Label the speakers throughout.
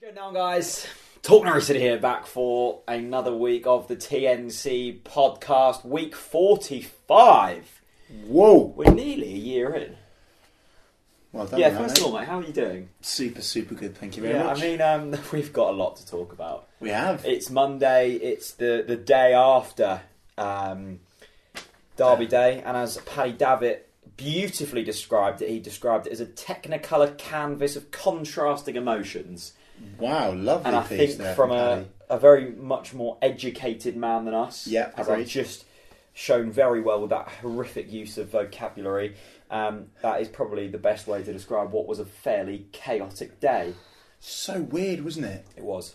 Speaker 1: Good now, guys. Talk Norrisit here, back for another week of the TNC podcast, week 45.
Speaker 2: Whoa!
Speaker 1: We're nearly a year in.
Speaker 2: Well done,
Speaker 1: yeah,
Speaker 2: mate.
Speaker 1: first of all, mate, how are you doing?
Speaker 2: super, super good. Thank you very
Speaker 1: Yeah,
Speaker 2: much.
Speaker 1: I mean, um, we've got a lot to talk about.
Speaker 2: we have.
Speaker 1: It's Monday, it's the, the day after um, Derby Day, and as Paddy Davitt beautifully described it, he described it as a technicolour canvas of contrasting emotions.
Speaker 2: wow, lovely
Speaker 1: and I
Speaker 2: piece
Speaker 1: think
Speaker 2: there
Speaker 1: from
Speaker 2: from
Speaker 1: a,
Speaker 2: Paddy.
Speaker 1: a very much more educated man than us.
Speaker 2: Yeah,
Speaker 1: as
Speaker 2: agreed.
Speaker 1: I've just shown very well with that horrific use of vocabulary. Um, that is probably the best way to describe what was a fairly chaotic day.
Speaker 2: So weird, wasn't it?
Speaker 1: It was.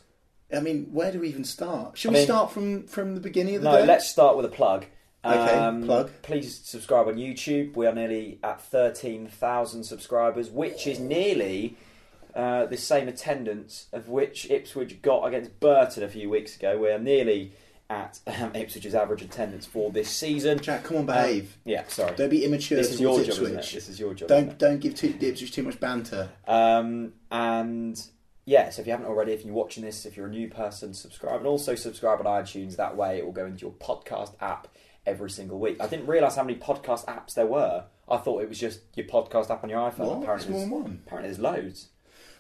Speaker 2: I mean, where do we even start? Should
Speaker 1: I
Speaker 2: we
Speaker 1: mean-
Speaker 2: start from from the beginning of the
Speaker 1: No,
Speaker 2: day?
Speaker 1: let's start with a plug. Um,
Speaker 2: Okay, plug.
Speaker 1: Please subscribe on YouTube. We are nearly at 13,000 subscribers, which is nearly uh, the same attendance of which Ipswich got against Burton a few weeks ago. We are nearly at um, Ipswich's average attendance for this season.
Speaker 2: Jack, come on, behave.
Speaker 1: Yeah, sorry.
Speaker 2: don't be immature.
Speaker 1: Uh, This is your
Speaker 2: towards
Speaker 1: job, isn't it?
Speaker 2: Ipswich.
Speaker 1: This is your job. isn't
Speaker 2: Don't
Speaker 1: it?
Speaker 2: don't give too, the Ipswich too much banter.
Speaker 1: Um, and yeah, so if you haven't already, if you're watching this, if you're a new person, subscribe and also subscribe on iTunes. That way, it will go into your podcast app every single week. I didn't realize how many podcast apps there were. I thought it was just your podcast app on your iPhone.
Speaker 2: What? It's
Speaker 1: Apparently,
Speaker 2: more
Speaker 1: there's,
Speaker 2: than one.
Speaker 1: apparently there's loads.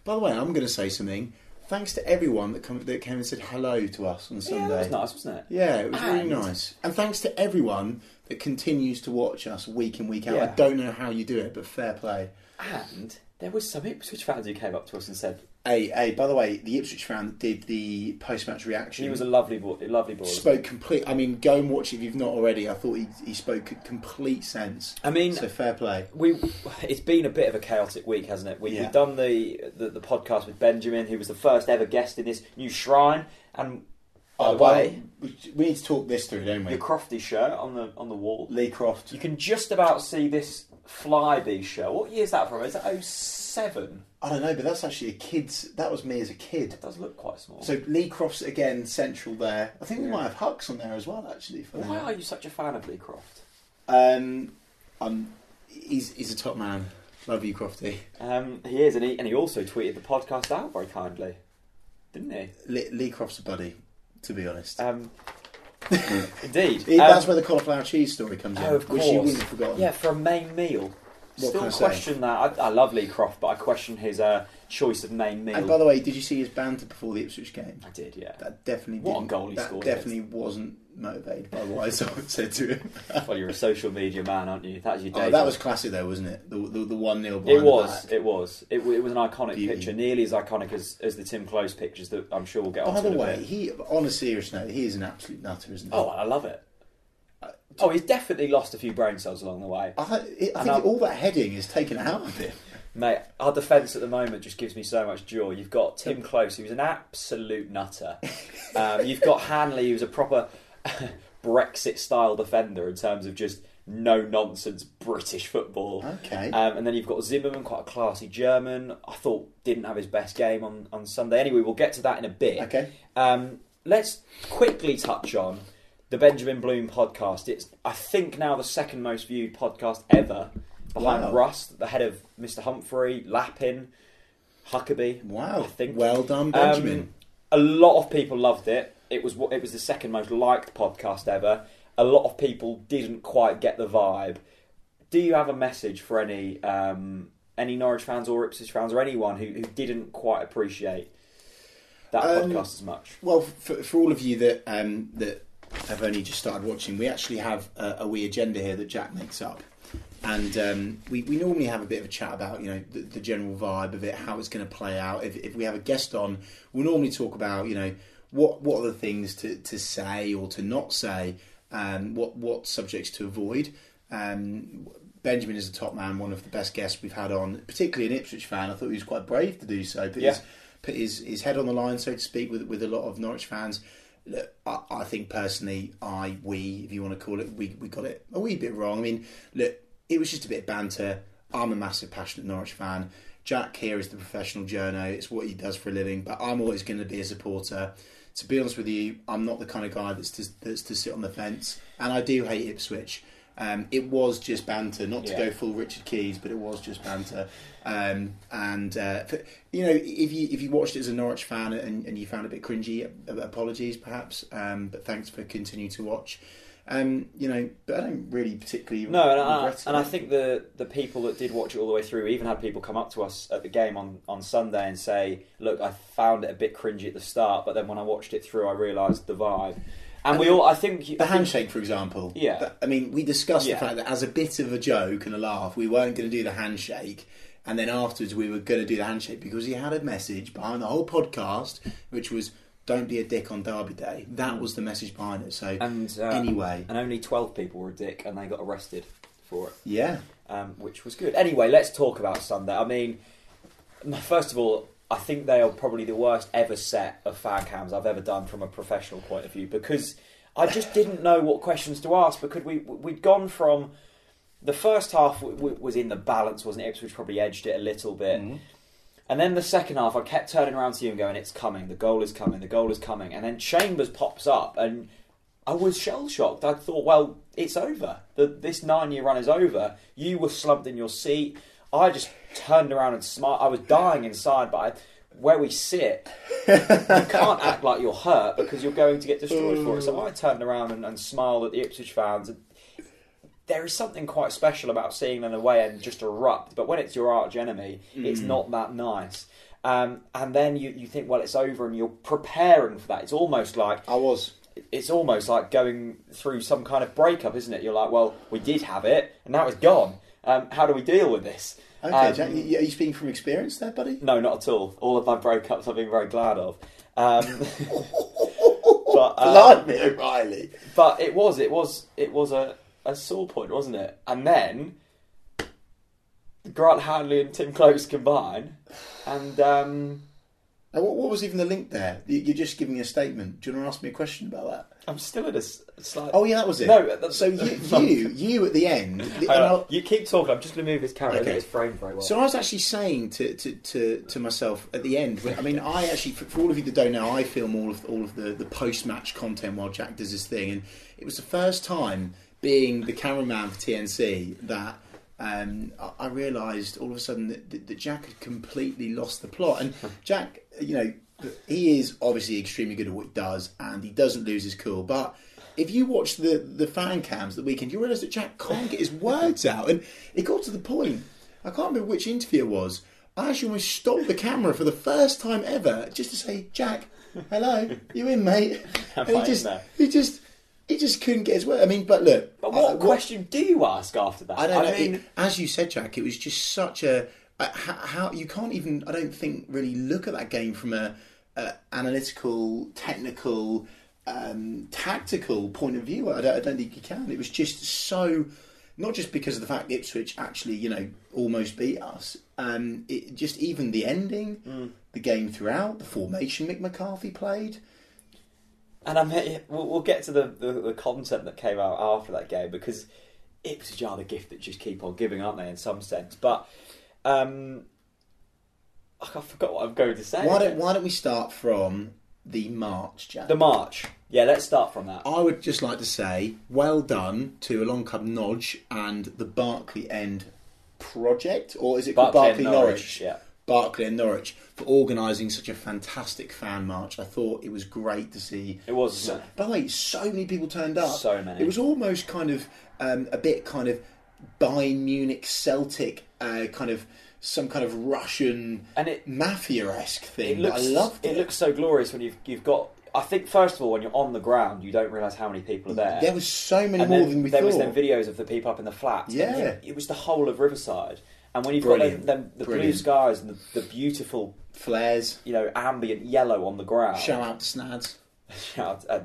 Speaker 2: By the way, I'm going to say something. Thanks to everyone that come that came and said hello to us on
Speaker 1: Yeah,
Speaker 2: Sunday.
Speaker 1: that was nice, wasn't it?
Speaker 2: Yeah, it was
Speaker 1: And-
Speaker 2: really nice. And thanks to everyone that continues to watch us week in, week out.
Speaker 1: Yeah.
Speaker 2: I don't know how you do it, but fair play.
Speaker 1: And there was some Ipswich fans who came up to us and said
Speaker 2: Hey, hey, by the way, the Ipswich fan that did the post match reaction.
Speaker 1: he was a lovely boy. Lovely boy.
Speaker 2: spoke complete. I mean, go and watch it if you've not already. I thought he, he spoke complete sense.
Speaker 1: I mean,
Speaker 2: So fair play.
Speaker 1: we it's been a bit of a chaotic week, hasn't it? We,
Speaker 2: Yeah.
Speaker 1: We've done the, the the podcast with Benjamin, who was the first ever guest in this new shrine, and by
Speaker 2: Oh,
Speaker 1: the
Speaker 2: by
Speaker 1: way,
Speaker 2: the way, we need to talk this through, don't
Speaker 1: your
Speaker 2: we?
Speaker 1: Crofty shirt on the on the wall.
Speaker 2: Lee Croft.
Speaker 1: You can just about see this Flyby shirt. What year is that from? Is that 07?
Speaker 2: I don't know, but that's actually a kid's. That was me as a kid.
Speaker 1: It does look quite small.
Speaker 2: So Lee Croft's again central there. I think we
Speaker 1: Yeah.
Speaker 2: might have Hucks on there as well, actually. For
Speaker 1: Why are you such a fan of Lee Croft?
Speaker 2: Um, um, he's he's a top man. Love you, Crofty.
Speaker 1: Um, he is, and he, and he also tweeted the podcast out very kindly, didn't he?
Speaker 2: Lee, Lee Croft's a buddy, to be honest.
Speaker 1: Um, indeed.
Speaker 2: It-
Speaker 1: Um,
Speaker 2: that's where the cauliflower cheese story comes in,
Speaker 1: Oh, of
Speaker 2: which you
Speaker 1: course.
Speaker 2: wouldn't have forgotten.
Speaker 1: Yeah, for a main meal.
Speaker 2: What
Speaker 1: Still
Speaker 2: can I say?
Speaker 1: question that. I, I love Lee Croft, but I question his uh, choice of main meal.
Speaker 2: And by the way, did you see his banter before the Ipswich game?
Speaker 1: I did, yeah.
Speaker 2: That definitely
Speaker 1: What a
Speaker 2: didn't,
Speaker 1: goal he
Speaker 2: that
Speaker 1: scored
Speaker 2: definitely wasn't motivated by what I sort of said to him.
Speaker 1: well, you're a social media man, aren't you? That's your day.
Speaker 2: Oh, that
Speaker 1: job.
Speaker 2: was classy though, wasn't it? The the, the one 0
Speaker 1: It was, it was. It, w- it was an iconic
Speaker 2: Beauty.
Speaker 1: picture, nearly as iconic as, as the Tim Close pictures that I'm sure we'll get
Speaker 2: By
Speaker 1: onto
Speaker 2: the
Speaker 1: in a
Speaker 2: way,
Speaker 1: bit.
Speaker 2: he on a serious note, he is an absolute nutter, isn't he?
Speaker 1: Oh, I love it.
Speaker 2: Uh,
Speaker 1: Oh, he's definitely lost a few brain cells along the way.
Speaker 2: I, I
Speaker 1: I
Speaker 2: think
Speaker 1: know.
Speaker 2: all that heading is taken out of him.
Speaker 1: Mate, our defence at the moment just gives me so much joy. You've got Tim Close, who's an absolute nutter. Um, you've got Hanley, who's a proper Brexit style defender in terms of just no nonsense British football.
Speaker 2: Okay.
Speaker 1: Um, and then you've got Zimmerman, quite a classy German. I thought didn't have his best game on, on Sunday. Anyway, we'll get to that in a bit.
Speaker 2: Okay.
Speaker 1: Um, let's quickly touch on the Benjamin Bloom podcast. It's, I think, now the second most viewed podcast ever behind
Speaker 2: Wow.
Speaker 1: Rust, the head of Mr. Humphrey, Lappin, Huckabee.
Speaker 2: Wow.
Speaker 1: I think.
Speaker 2: Well done, Benjamin.
Speaker 1: Um, a lot of people loved it. It was what it was the second most liked podcast ever. A lot of people didn't quite get the vibe. Do you have a message for any um, any Norwich fans or Ipswich fans or anyone who, who didn't quite appreciate that
Speaker 2: Um,
Speaker 1: podcast as much?
Speaker 2: Well, for, for all of you that um, that have only just started watching, we actually have a, a wee agenda here that Jack makes up, and um, we, we normally have a bit of a chat about you know the, the general vibe of it, how it's going to play out. If, if we have a guest on, we'll normally talk about you know what what are the things to, to say or to not say, um, what what subjects to avoid. Um, Benjamin is a top man, one of the best guests we've had on, particularly an Ipswich fan. I thought he was quite brave to do so, but
Speaker 1: Yeah.
Speaker 2: he's put his, his head on the line, so to speak, with with a lot of Norwich fans. Look, I, I think personally, I we if you want to call it, we we got it a wee bit wrong. I mean, look, it was just a bit of banter. I'm a massive passionate Norwich fan. Jack here is the professional journo. It's what he does for a living. But I'm always going to be a supporter. To be honest with you, I'm not the kind of guy that's to, that's to sit on the fence, and I do hate Ipswich. Um, it was just banter, not to
Speaker 1: Yeah.
Speaker 2: go full Richard Keys, but it was just banter. Um, and uh, for- you know, if you if you watched it as a Norwich fan and, and you found it a bit cringy, a- a- apologies perhaps, um, but thanks for continuing to watch. Um, you know, but I don't really particularly
Speaker 1: No, and I,
Speaker 2: regret it.
Speaker 1: and I think the the people that did watch it all the way through we even had people come up to us at the game on, on Sunday and say, "Look, I found it a bit cringy at the start, but then when I watched it through, I realised the vibe." And,
Speaker 2: And
Speaker 1: we
Speaker 2: the-
Speaker 1: all, I think,
Speaker 2: The handshake, for example.
Speaker 1: Yeah.
Speaker 2: That- I mean, we discussed
Speaker 1: Yeah.
Speaker 2: the fact that as a bit of a joke and a laugh, we weren't going to do the handshake. And then afterwards, we were going to do the handshake because he had a message behind the whole podcast, which was don't be a dick on Derby Day. That was the message behind it. So,
Speaker 1: and uh,
Speaker 2: anyway,
Speaker 1: and only twelve people were a dick, and they got arrested for it.
Speaker 2: yeah.
Speaker 1: um, which was good. Anyway, let's talk about Sunday. I mean, first of all, I think they are probably the worst ever set of fan cams I've ever done from a professional point of view because I just didn't know what questions to ask because we we'd gone from the first half w- w- was in the balance, wasn't it? Ipswich probably edged it a little bit. And then the second half, I kept turning around to you and going, "It's coming! The goal is coming! The goal is coming!" And then Chambers pops up, and I was shell shocked. I thought, "Well, it's over. The, this nine-year run is over." You were slumped in your seat. I just turned around and smiled. I was dying inside, but I, where we sit, you can't act like you're hurt because you're going to get destroyed for it. So I turned around and, and smiled at the Ipswich fans. And there is something quite special about seeing them away and just erupt. But when it's your arch enemy, it's not that nice. Um, and then you, you think, well, it's over, and you're preparing for that. It's almost like
Speaker 2: I was.
Speaker 1: it's almost like going through some kind of breakup, isn't it? You're like, well, we did have it, and now it's gone. Um, how do we deal with this?
Speaker 2: Okay,
Speaker 1: Um,
Speaker 2: Jack, you- you- are you speaking from experience there, buddy?
Speaker 1: no, not at all. All of my breakups I've been very glad of. Um, but, uh,
Speaker 2: Blimey, O'Reilly.
Speaker 1: but it was, it was, it was a, a sore point, wasn't it? And then Grant Hanley and Tim Close combine, and um,
Speaker 2: Now, what, what was even the link there? You- You're just giving me a statement. Do you want to ask me a question about that?
Speaker 1: I'm still in a s- slight.
Speaker 2: Oh, yeah, that was it.
Speaker 1: No, that's-
Speaker 2: so you, you, you at the end. the-
Speaker 1: Hang
Speaker 2: and
Speaker 1: on,
Speaker 2: I'll-
Speaker 1: you keep talking. I'm just going to move this camera.
Speaker 2: Okay.
Speaker 1: Okay. It's framed very well.
Speaker 2: So I was actually saying to, to, to, to myself at the end. when- I mean, I actually, for, for all of you that don't know, I film all of all of the, the post match content while Jack does his thing, and it was the first time being the cameraman for TNC that um, I, I realised all of a sudden that, that, that Jack had completely lost the plot. And Jack, you know, he is obviously extremely good at what he does, and he doesn't lose his cool, but if you watch the, the fan cams the weekend, you realise that Jack can't get his words out. And it got to the point, I can't remember which interview it was, I actually almost stopped the camera for the first time ever just to say, Jack, hello, you in, mate?
Speaker 1: Am
Speaker 2: and
Speaker 1: I
Speaker 2: he
Speaker 1: in
Speaker 2: just,
Speaker 1: there?
Speaker 2: he just, he just couldn't get his word. I mean, but look.
Speaker 1: but what
Speaker 2: I-
Speaker 1: question do you ask after that?
Speaker 2: Uh,
Speaker 1: e-
Speaker 2: I don't know.
Speaker 1: mean,
Speaker 2: it- as you said, Jack, it was just such a, a how, how you can't even. I don't think really look at that game from a, a analytical, technical, um, tactical point of view. I don't, I don't think you can. It was just so. Not just because of the fact Ipswich actually, you know, almost beat us. Um, it, just even the ending, the game throughout, the formation Mick McCarthy played.
Speaker 1: And I mean, we'll, we'll get to the, the, the content that came out after that game because Ipswich are the gift that just keep on giving, aren't they? In some sense, but um, I forgot what I'm going to say.
Speaker 2: Why don't Why don't we start from the March, Jack?
Speaker 1: the march? Yeah, let's start from that.
Speaker 2: I would just like to say well done to Along Come Nodge and the Barclay End project, or is it called
Speaker 1: Barclay and
Speaker 2: Barclay
Speaker 1: Norwich,
Speaker 2: Norwich?
Speaker 1: yeah.
Speaker 2: Barclay and Norwich for organising such a fantastic fan march. I thought it was great to see.
Speaker 1: It was,
Speaker 2: So,
Speaker 1: wasn't it?
Speaker 2: by the way, so many people turned up.
Speaker 1: So many.
Speaker 2: It was almost kind of um, a bit kind of Bayern Munich Celtic uh, kind of some kind of Russian
Speaker 1: And it-
Speaker 2: mafia esque thing.
Speaker 1: It
Speaker 2: but
Speaker 1: looks,
Speaker 2: I loved it.
Speaker 1: it looks so glorious when you've you've got. I think first of all, when you're on the ground, you don't realise how many people are there.
Speaker 2: there was so many
Speaker 1: and
Speaker 2: more
Speaker 1: then
Speaker 2: than we
Speaker 1: there
Speaker 2: thought.
Speaker 1: was then videos of the people up in the flats. and
Speaker 2: Yeah.
Speaker 1: it, it was the whole of Riverside. And when you've
Speaker 2: Brilliant.
Speaker 1: got them, them, the blue
Speaker 2: Brilliant.
Speaker 1: skies and the, the beautiful,
Speaker 2: Flares.
Speaker 1: you know, ambient yellow on the ground,
Speaker 2: Shout out to Snads.
Speaker 1: Shout, uh,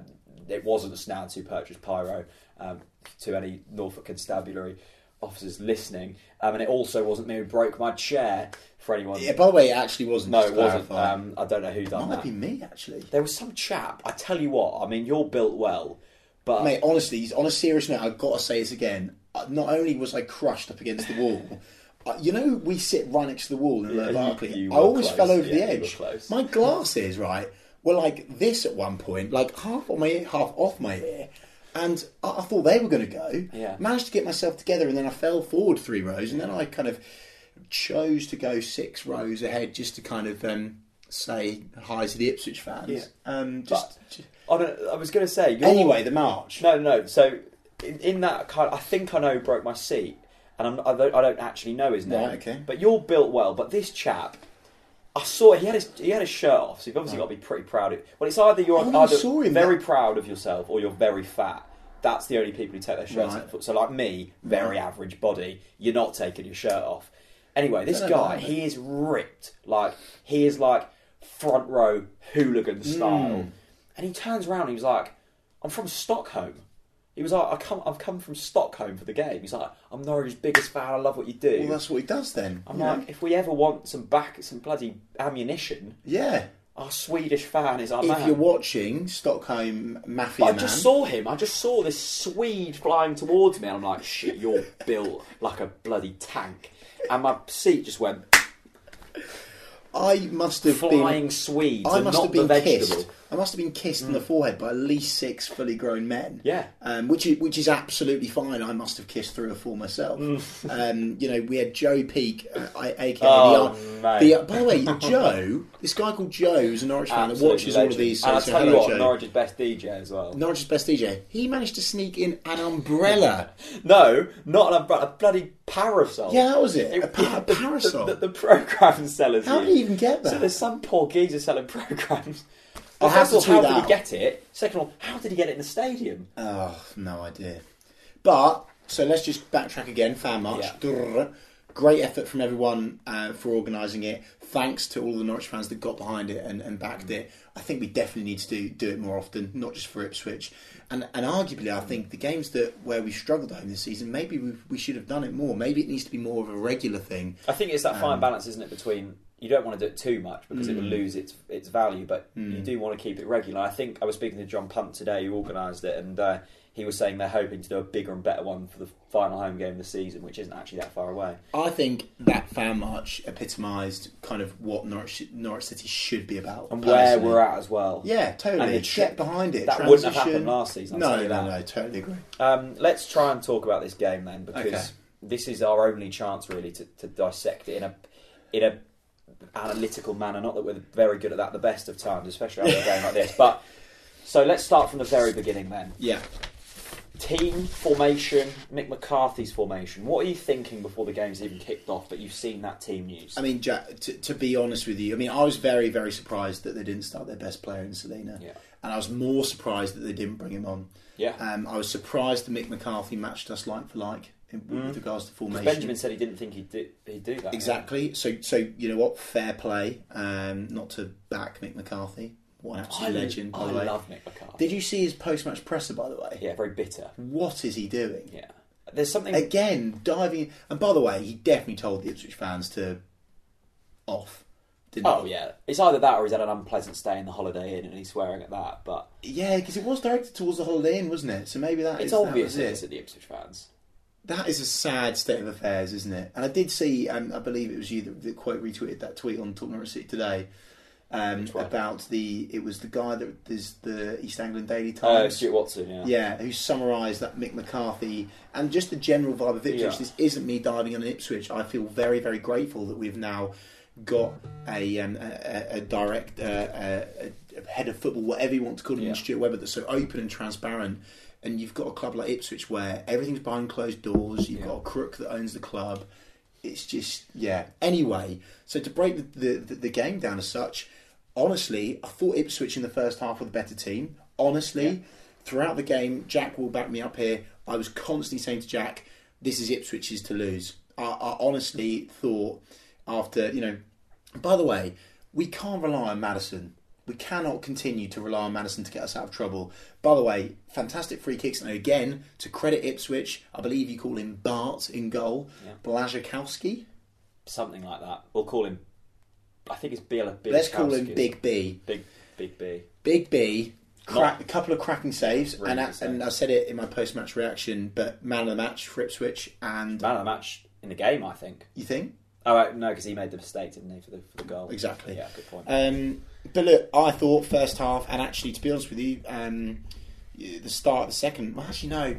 Speaker 1: it wasn't Snads who purchased Pyro um, to any Norfolk Constabulary officers listening. Um, and it also wasn't me who broke my chair for anyone.
Speaker 2: Yeah, by the way, it actually wasn't.
Speaker 1: no,
Speaker 2: just
Speaker 1: it
Speaker 2: to
Speaker 1: wasn't.
Speaker 2: clarify.
Speaker 1: Um, I don't know who done
Speaker 2: Might
Speaker 1: that.
Speaker 2: be me actually.
Speaker 1: There was some chap. I tell you what, I mean, you're built well, but
Speaker 2: Mate, honestly, on a serious note, I've got to say this again. Uh, Not only was I crushed up against the wall, uh, you know, we sit right next to the wall in
Speaker 1: Yeah,
Speaker 2: Lower
Speaker 1: you-
Speaker 2: Berkeley.
Speaker 1: you
Speaker 2: I
Speaker 1: were
Speaker 2: always
Speaker 1: close.
Speaker 2: fell over
Speaker 1: Yeah,
Speaker 2: the
Speaker 1: you were
Speaker 2: edge.
Speaker 1: close.
Speaker 2: My glasses, right, were like this at one point, like half on my ear, half off my ear. and I, I thought they were going to go.
Speaker 1: Yeah.
Speaker 2: Managed to get myself together, and then I fell forward three rows, and then I kind of chose to go six rows ahead just to kind of um, say hi to the Ipswich fans.
Speaker 1: Yeah.
Speaker 2: Um, just, ju-
Speaker 1: I, don't, I was going to say you're-
Speaker 2: anyway, the march.
Speaker 1: No, no. So in, in that kind, I think I know broke my seat, and I'm, I, don't, I don't actually know his name.
Speaker 2: Right, okay.
Speaker 1: But you're built well. But this chap, I saw he had his he had his shirt off, so you've obviously got to be pretty proud. of Well, it's either you're
Speaker 2: Oh, no, I
Speaker 1: either
Speaker 2: saw him
Speaker 1: very
Speaker 2: that-
Speaker 1: proud of yourself or you're very fat. That's the only people who take their shirts
Speaker 2: Right.
Speaker 1: off. So like me, very average body, you're not taking your shirt off. Anyway, this
Speaker 2: Don't know
Speaker 1: guy,
Speaker 2: about that,
Speaker 1: he is ripped. Like he is like front row
Speaker 2: Hmm.
Speaker 1: hooligan style. And he turns around and he was like, I'm from Stockholm. He was like, I come, I've come from Stockholm for the game. He's like, I'm Norwich's biggest fan. I love what you do.
Speaker 2: Well, that's what he does then.
Speaker 1: I'm
Speaker 2: you know?
Speaker 1: like, if we ever want some back, some bloody ammunition,
Speaker 2: yeah.
Speaker 1: our Swedish fan is our
Speaker 2: If
Speaker 1: man.
Speaker 2: you're watching Stockholm
Speaker 1: But
Speaker 2: Mafia
Speaker 1: I
Speaker 2: Man,
Speaker 1: just saw him. I just saw this Swede flying towards me, and I'm like, shit, you're built like a bloody tank. And my seat just went
Speaker 2: I must have
Speaker 1: flying
Speaker 2: been.
Speaker 1: Swedes
Speaker 2: I
Speaker 1: and
Speaker 2: must
Speaker 1: not
Speaker 2: have been
Speaker 1: the vegetable. Mm.
Speaker 2: kissed. I must have been kissed in the forehead by at least six fully grown men.
Speaker 1: Yeah.
Speaker 2: um, which is which is absolutely fine. I must have kissed three or four myself. um, you know, we had Joe Peak, uh, I- aka
Speaker 1: Mm. Oh,
Speaker 2: the,
Speaker 1: mate.
Speaker 2: Ar- the. Ar- By the way, Joe, this guy called Joe, who's a Norwich fan that
Speaker 1: Absolute
Speaker 2: watches all of
Speaker 1: legend.
Speaker 2: these. So,
Speaker 1: And I
Speaker 2: so
Speaker 1: tell you
Speaker 2: hello,
Speaker 1: what,
Speaker 2: Joe.
Speaker 1: Norwich's best DJ as well.
Speaker 2: Norwich's best DJ. He managed to sneak in an umbrella.
Speaker 1: No, not an umbrella, a bloody parasol.
Speaker 2: yeah, that was it.
Speaker 1: It-
Speaker 2: a, pa- a
Speaker 1: the-
Speaker 2: parasol.
Speaker 1: The, the, program sellers.
Speaker 2: How do you even get
Speaker 1: So
Speaker 2: that?
Speaker 1: there's some poor geezer selling programs.
Speaker 2: I'll have
Speaker 1: First of
Speaker 2: to
Speaker 1: all,
Speaker 2: tweet
Speaker 1: how did
Speaker 2: that
Speaker 1: he
Speaker 2: out.
Speaker 1: get it? Second of all, how did he get it in the stadium?
Speaker 2: Oh, no idea. But so let's just backtrack again. Fan march.
Speaker 1: Yeah.
Speaker 2: Drrr. Great effort from everyone uh, for organising it. Thanks to all the Norwich fans that got behind it and, and backed
Speaker 1: Mm.
Speaker 2: it. I think we definitely need to do, do it more often, not just for Ipswich. And and arguably, I think the games that where we struggled at home this season, maybe we, we should have done it more. Maybe it needs to be more of a regular thing.
Speaker 1: I think it's that
Speaker 2: Um,
Speaker 1: fine balance, isn't it, between you don't want to do it too much because
Speaker 2: Hmm.
Speaker 1: it will lose its its value, but you do want to keep it regular. I think I was speaking to John Punt today, who organised it, and uh, he was saying they're hoping to do a bigger and better one for the final home game of the season, which isn't actually that far away.
Speaker 2: I think that fan march epitomised kind of what Norwich Norwich City should be about
Speaker 1: And where
Speaker 2: personally.
Speaker 1: we're at as well.
Speaker 2: Yeah,
Speaker 1: And
Speaker 2: totally.
Speaker 1: the
Speaker 2: Get
Speaker 1: tri-
Speaker 2: behind it.
Speaker 1: that
Speaker 2: Transition.
Speaker 1: wouldn't have happened last season, I'll
Speaker 2: No,
Speaker 1: tell you
Speaker 2: no,
Speaker 1: that.
Speaker 2: no. Totally agree.
Speaker 1: Um, let's try and talk about this game then, because
Speaker 2: Okay.
Speaker 1: this is our only chance really to, to dissect it in a in a analytical manner. Not that we're very good at that the best of times, especially after a game like this. But so let's start from the very beginning then.
Speaker 2: Yeah.
Speaker 1: Team formation, Mick McCarthy's formation. What are you thinking before the game's even kicked off? But you've seen that team news.
Speaker 2: I mean, Jack, to, to be honest with you, I mean, I was very, very surprised that they didn't start their best player in Selena.
Speaker 1: Yeah.
Speaker 2: And I was more surprised that they didn't bring him on.
Speaker 1: Yeah.
Speaker 2: Um, I was surprised that Mick McCarthy matched us like for like in,
Speaker 1: Mm.
Speaker 2: with regards to formation.
Speaker 1: Benjamin said he didn't think he'd do, he'd do that.
Speaker 2: Exactly. So, so you know what? Fair play. Um, not to back Mick McCarthy. What an absolute
Speaker 1: I,
Speaker 2: legend, by
Speaker 1: I
Speaker 2: the way.
Speaker 1: love Mick McCarthy.
Speaker 2: Did you see his post-match presser, by the way?
Speaker 1: Yeah, very bitter.
Speaker 2: What is he doing?
Speaker 1: Yeah, there's something.
Speaker 2: again diving. And by the way, he definitely told the Ipswich fans to off. Didn't
Speaker 1: Oh
Speaker 2: he?
Speaker 1: yeah, it's either that or he's had an unpleasant stay in the Holiday Inn and he's swearing at that. But
Speaker 2: yeah, because it was directed towards the Holiday Inn, wasn't it? So maybe that
Speaker 1: it's
Speaker 2: is- that
Speaker 1: obvious
Speaker 2: was
Speaker 1: that
Speaker 2: it.
Speaker 1: it's at the Ipswich fans.
Speaker 2: That is a sad state of affairs, isn't it? And I did see, um, I believe it was you that, that quote retweeted that tweet on Talk Norwich City today um,
Speaker 1: Which one?
Speaker 2: about the. It was the guy that is the East Anglian Daily
Speaker 1: Uh,
Speaker 2: Times.
Speaker 1: Stuart Watson, yeah.
Speaker 2: yeah, who summarised that Mick McCarthy and just the general vibe of Ipswich.
Speaker 1: Yeah.
Speaker 2: This isn't me diving on an Ipswich. I feel very, very grateful that we've now got a um, a, a- a direct uh, a, a head of football, whatever you want to call him,
Speaker 1: Yeah.
Speaker 2: in Stuart Webber, that's so open and transparent. And you've got a club like Ipswich where everything's behind closed doors. You've
Speaker 1: Yeah.
Speaker 2: got a crook that owns the club. It's just yeah. Anyway, so to break the, the, the, the game down as such, honestly, I thought Ipswich in the first half were the better team. Honestly, throughout the game, Jack will back me up here. I was constantly saying to Jack, "This is Ipswich's to lose." I, I honestly thought after you know. By the way, we can't rely on Madison. We cannot continue to rely on Madison to get us out of trouble. By the way, fantastic free kicks. And again, to credit Ipswich, I believe you call him Bart in goal.
Speaker 1: Yeah.
Speaker 2: Blazikowski.
Speaker 1: something like that. We'll call him. I think it's Biela.
Speaker 2: Let's call him Big B.
Speaker 1: Big Big B.
Speaker 2: Big B, crack,
Speaker 1: Not-
Speaker 2: a couple of cracking saves,
Speaker 1: Really
Speaker 2: and I,
Speaker 1: good save.
Speaker 2: and I said it in my post-match reaction, but man of the match for Ipswich, and
Speaker 1: Man of the match in the game, I think.
Speaker 2: you think?
Speaker 1: Oh right, no, because he made the mistake, didn't he, for the for the goal?
Speaker 2: Exactly. Uh,
Speaker 1: Yeah, good point.
Speaker 2: Um, but look, I thought first half, and actually, to be honest with you, um, the start of the second. Well, actually, no.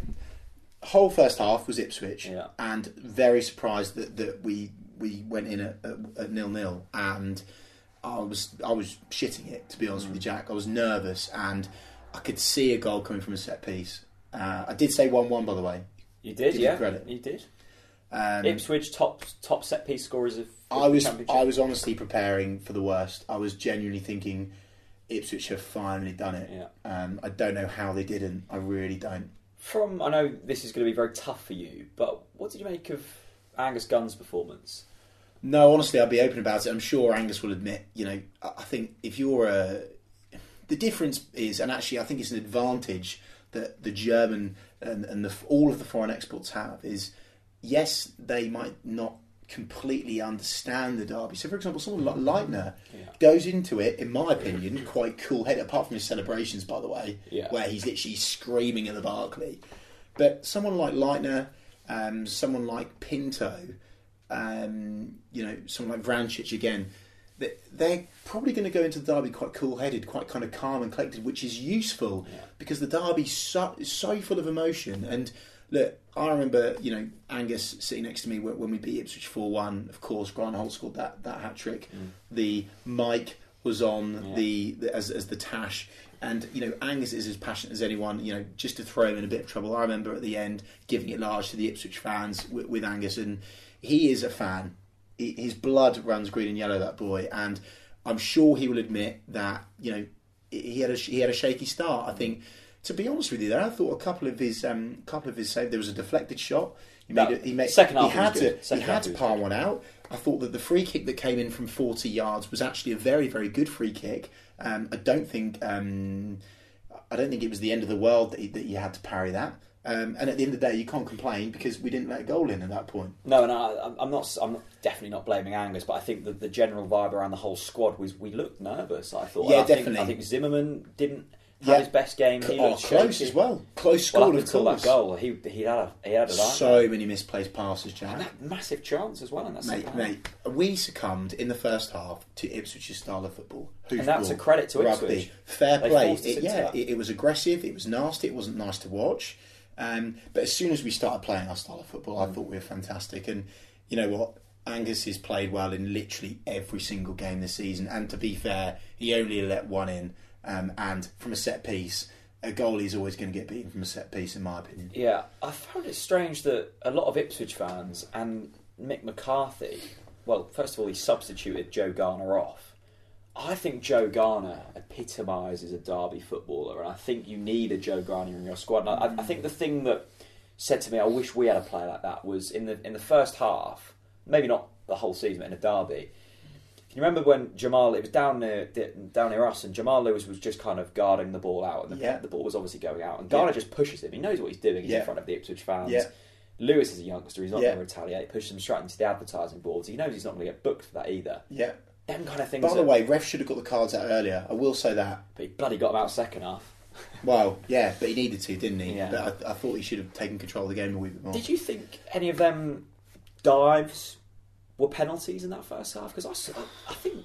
Speaker 2: Whole first half was Ipswich,
Speaker 1: Yeah.
Speaker 2: and very surprised that, that we we went in at, at, at nil nil, and I was I was shitting it to be honest with you, Jack. I was nervous, and I could see a goal coming from a set piece. Uh, I did say one one, by the way.
Speaker 1: You did,
Speaker 2: Give you
Speaker 1: yeah.
Speaker 2: credit.
Speaker 1: You did.
Speaker 2: Um,
Speaker 1: Ipswich top top set piece scorers of
Speaker 2: I was
Speaker 1: championship.
Speaker 2: I was honestly preparing for the worst. I was genuinely thinking Ipswich have finally done it.
Speaker 1: Yeah.
Speaker 2: Um, I don't know how they didn't. I really don't.
Speaker 1: From I know this is going to be very tough for you, but what did you make of Angus Gunn's performance?
Speaker 2: No, honestly, I'll be open about it. I'm sure Angus will admit. You know, I I think if you're a, the difference is, and actually, I think it's an advantage that the German and, and the, all of the foreign exports have is, yes, they might not completely understand the derby. So, for example, someone like Leitner
Speaker 1: Yeah.
Speaker 2: goes into it, in my opinion, quite cool head. Apart from his celebrations, by the way,
Speaker 1: Yeah.
Speaker 2: where he's literally screaming at the Barclay. But someone like Leitner, um, someone like Pinto, um, you know, someone like Vrancic again, they- they're probably going to go into the derby quite cool-headed, quite kind of calm and collected, which is useful because the derby's so, is so full of emotion. And look, I remember, you know, Angus sitting next to me when, when we beat Ipswich four-one. Of course, Brian Holt scored that that hat trick. The mic was on the, the as, as the Tash, and you know Angus is as passionate as anyone. You know, just to throw him in a bit of trouble. I remember at the end giving it large to the Ipswich fans with, with Angus, and he is a fan. He, his blood runs green and yellow. That boy, and I'm sure he will admit that you know he had a he had a shaky start. I think. To be honest with you, there I thought a couple of his um, couple of his save. There was a deflected shot. He made.
Speaker 1: No,
Speaker 2: a, he made.
Speaker 1: second
Speaker 2: he
Speaker 1: half he was
Speaker 2: had
Speaker 1: good.
Speaker 2: to.
Speaker 1: Second
Speaker 2: he had
Speaker 1: half
Speaker 2: to
Speaker 1: he was
Speaker 2: par one out. I thought that the free kick that came in from 40 yards was actually a very, very good free kick. Um, I don't think um, I don't think it was the end of the world that he, that you had to parry that. Um, and at the end of the day, you can't complain because we didn't let a goal in at that point.
Speaker 1: No, and I, I'm- I'm not. I'm not, definitely not blaming Angus, but I think that the general vibe around the whole squad was we looked nervous. I thought.
Speaker 2: Yeah,
Speaker 1: And I
Speaker 2: definitely.
Speaker 1: Think, I think Zimmerman didn't have
Speaker 2: Yeah.
Speaker 1: his best game. He
Speaker 2: Oh,
Speaker 1: looked
Speaker 2: close
Speaker 1: shaky.
Speaker 2: as well. Close
Speaker 1: Well,
Speaker 2: score,
Speaker 1: up
Speaker 2: of
Speaker 1: until
Speaker 2: course.
Speaker 1: that goal, he he had a he had a
Speaker 2: So many misplaced passes, Jack.
Speaker 1: that massive chance as well in that second
Speaker 2: Mate,
Speaker 1: half.
Speaker 2: mate, we succumbed in the first half to Ipswich's style of football.
Speaker 1: And that's a credit to
Speaker 2: rugby,
Speaker 1: Ipswich.
Speaker 2: Fair
Speaker 1: They
Speaker 2: play.
Speaker 1: forced us
Speaker 2: It,
Speaker 1: into
Speaker 2: yeah,
Speaker 1: that.
Speaker 2: it, it was aggressive. It was nasty. It wasn't nice to watch. Um, but as soon as we started playing our style of football,
Speaker 1: Mm.
Speaker 2: I thought we were fantastic. And you know what? Angus has played well in literally every single game this season. And to be fair, he only let one in. Um, and from a set piece, a goalie's always going to get beaten from a set piece, in my opinion.
Speaker 1: Yeah, I found it strange that a lot of Ipswich fans and Mick McCarthy. Well, first of all, he substituted Joe Garner off. I think Joe Garner epitomises a Derby footballer, and I think you need a Joe Garner in your squad. And I, I think the
Speaker 2: Mm.
Speaker 1: thing that said to me, "I wish we had a player like that," was in the in the first half, maybe not the whole season, but in a Derby. Can you remember when Jamal? It was down near down near us, and Jamal Lewis was just kind of guarding the ball out, and the,
Speaker 2: Yeah.
Speaker 1: the ball was obviously going out, and Garner
Speaker 2: Yeah.
Speaker 1: just pushes him. He knows what he's doing. He's
Speaker 2: Yeah.
Speaker 1: in front of the Ipswich fans.
Speaker 2: Yeah.
Speaker 1: Lewis is a youngster. He's not
Speaker 2: Yeah.
Speaker 1: going to retaliate. Pushes him straight into the advertising boards. He knows he's not going to get booked for that either.
Speaker 2: Yeah.
Speaker 1: Them kind of things.
Speaker 2: By the
Speaker 1: are-
Speaker 2: way, ref should have got the cards out earlier. I will say that.
Speaker 1: but he bloody got him out second half.
Speaker 2: Well, yeah, but he needed to, didn't he?
Speaker 1: Yeah.
Speaker 2: But I, I thought he should have taken control of the game a wee bit more.
Speaker 1: Did you think any of them dives were penalties in that first half? Because I, saw- I think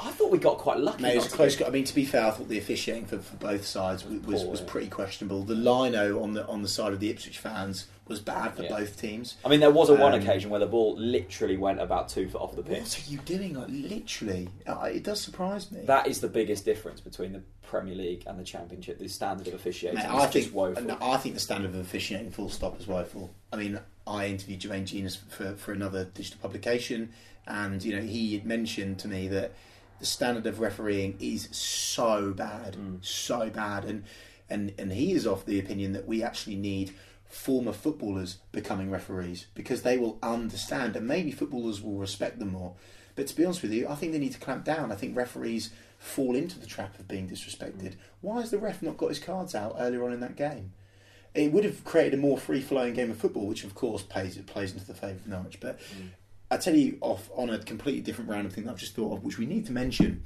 Speaker 1: I thought we got quite lucky.
Speaker 2: Mate, it
Speaker 1: not
Speaker 2: was a
Speaker 1: to
Speaker 2: close. go- I mean, to be fair, I thought the officiating for, for both sides was was,
Speaker 1: Poor,
Speaker 2: was
Speaker 1: yeah.
Speaker 2: pretty questionable. The lino on the on the side of the Ipswich fans was bad for
Speaker 1: Yeah.
Speaker 2: both teams.
Speaker 1: I mean, there was a one
Speaker 2: Um,
Speaker 1: occasion where the ball literally went about two foot off the
Speaker 2: What
Speaker 1: pitch.
Speaker 2: are you doing? Like literally, uh, it does surprise me.
Speaker 1: That is the biggest difference between the Premier League and the Championship. The standard of officiating
Speaker 2: Mate,
Speaker 1: is
Speaker 2: I
Speaker 1: just
Speaker 2: think
Speaker 1: woeful.
Speaker 2: no, I think the standard of officiating full stop is woeful. I mean, I interviewed Jermaine Genius for, for another digital publication, and you know he had mentioned to me that the standard of refereeing is so bad, so bad, and and and he is of the opinion that we actually need former footballers becoming referees because they will understand and maybe footballers will respect them more. But to be honest with you, I think they need to clamp down. I think referees fall into the trap of being disrespected. Why has the ref not got his cards out earlier on in that game? It would have created a more free flowing game of football, which of course plays it plays into the favour of Norwich. But
Speaker 1: Mm.
Speaker 2: I tell you off on a completely different random thing that I've just thought of, which we need to mention.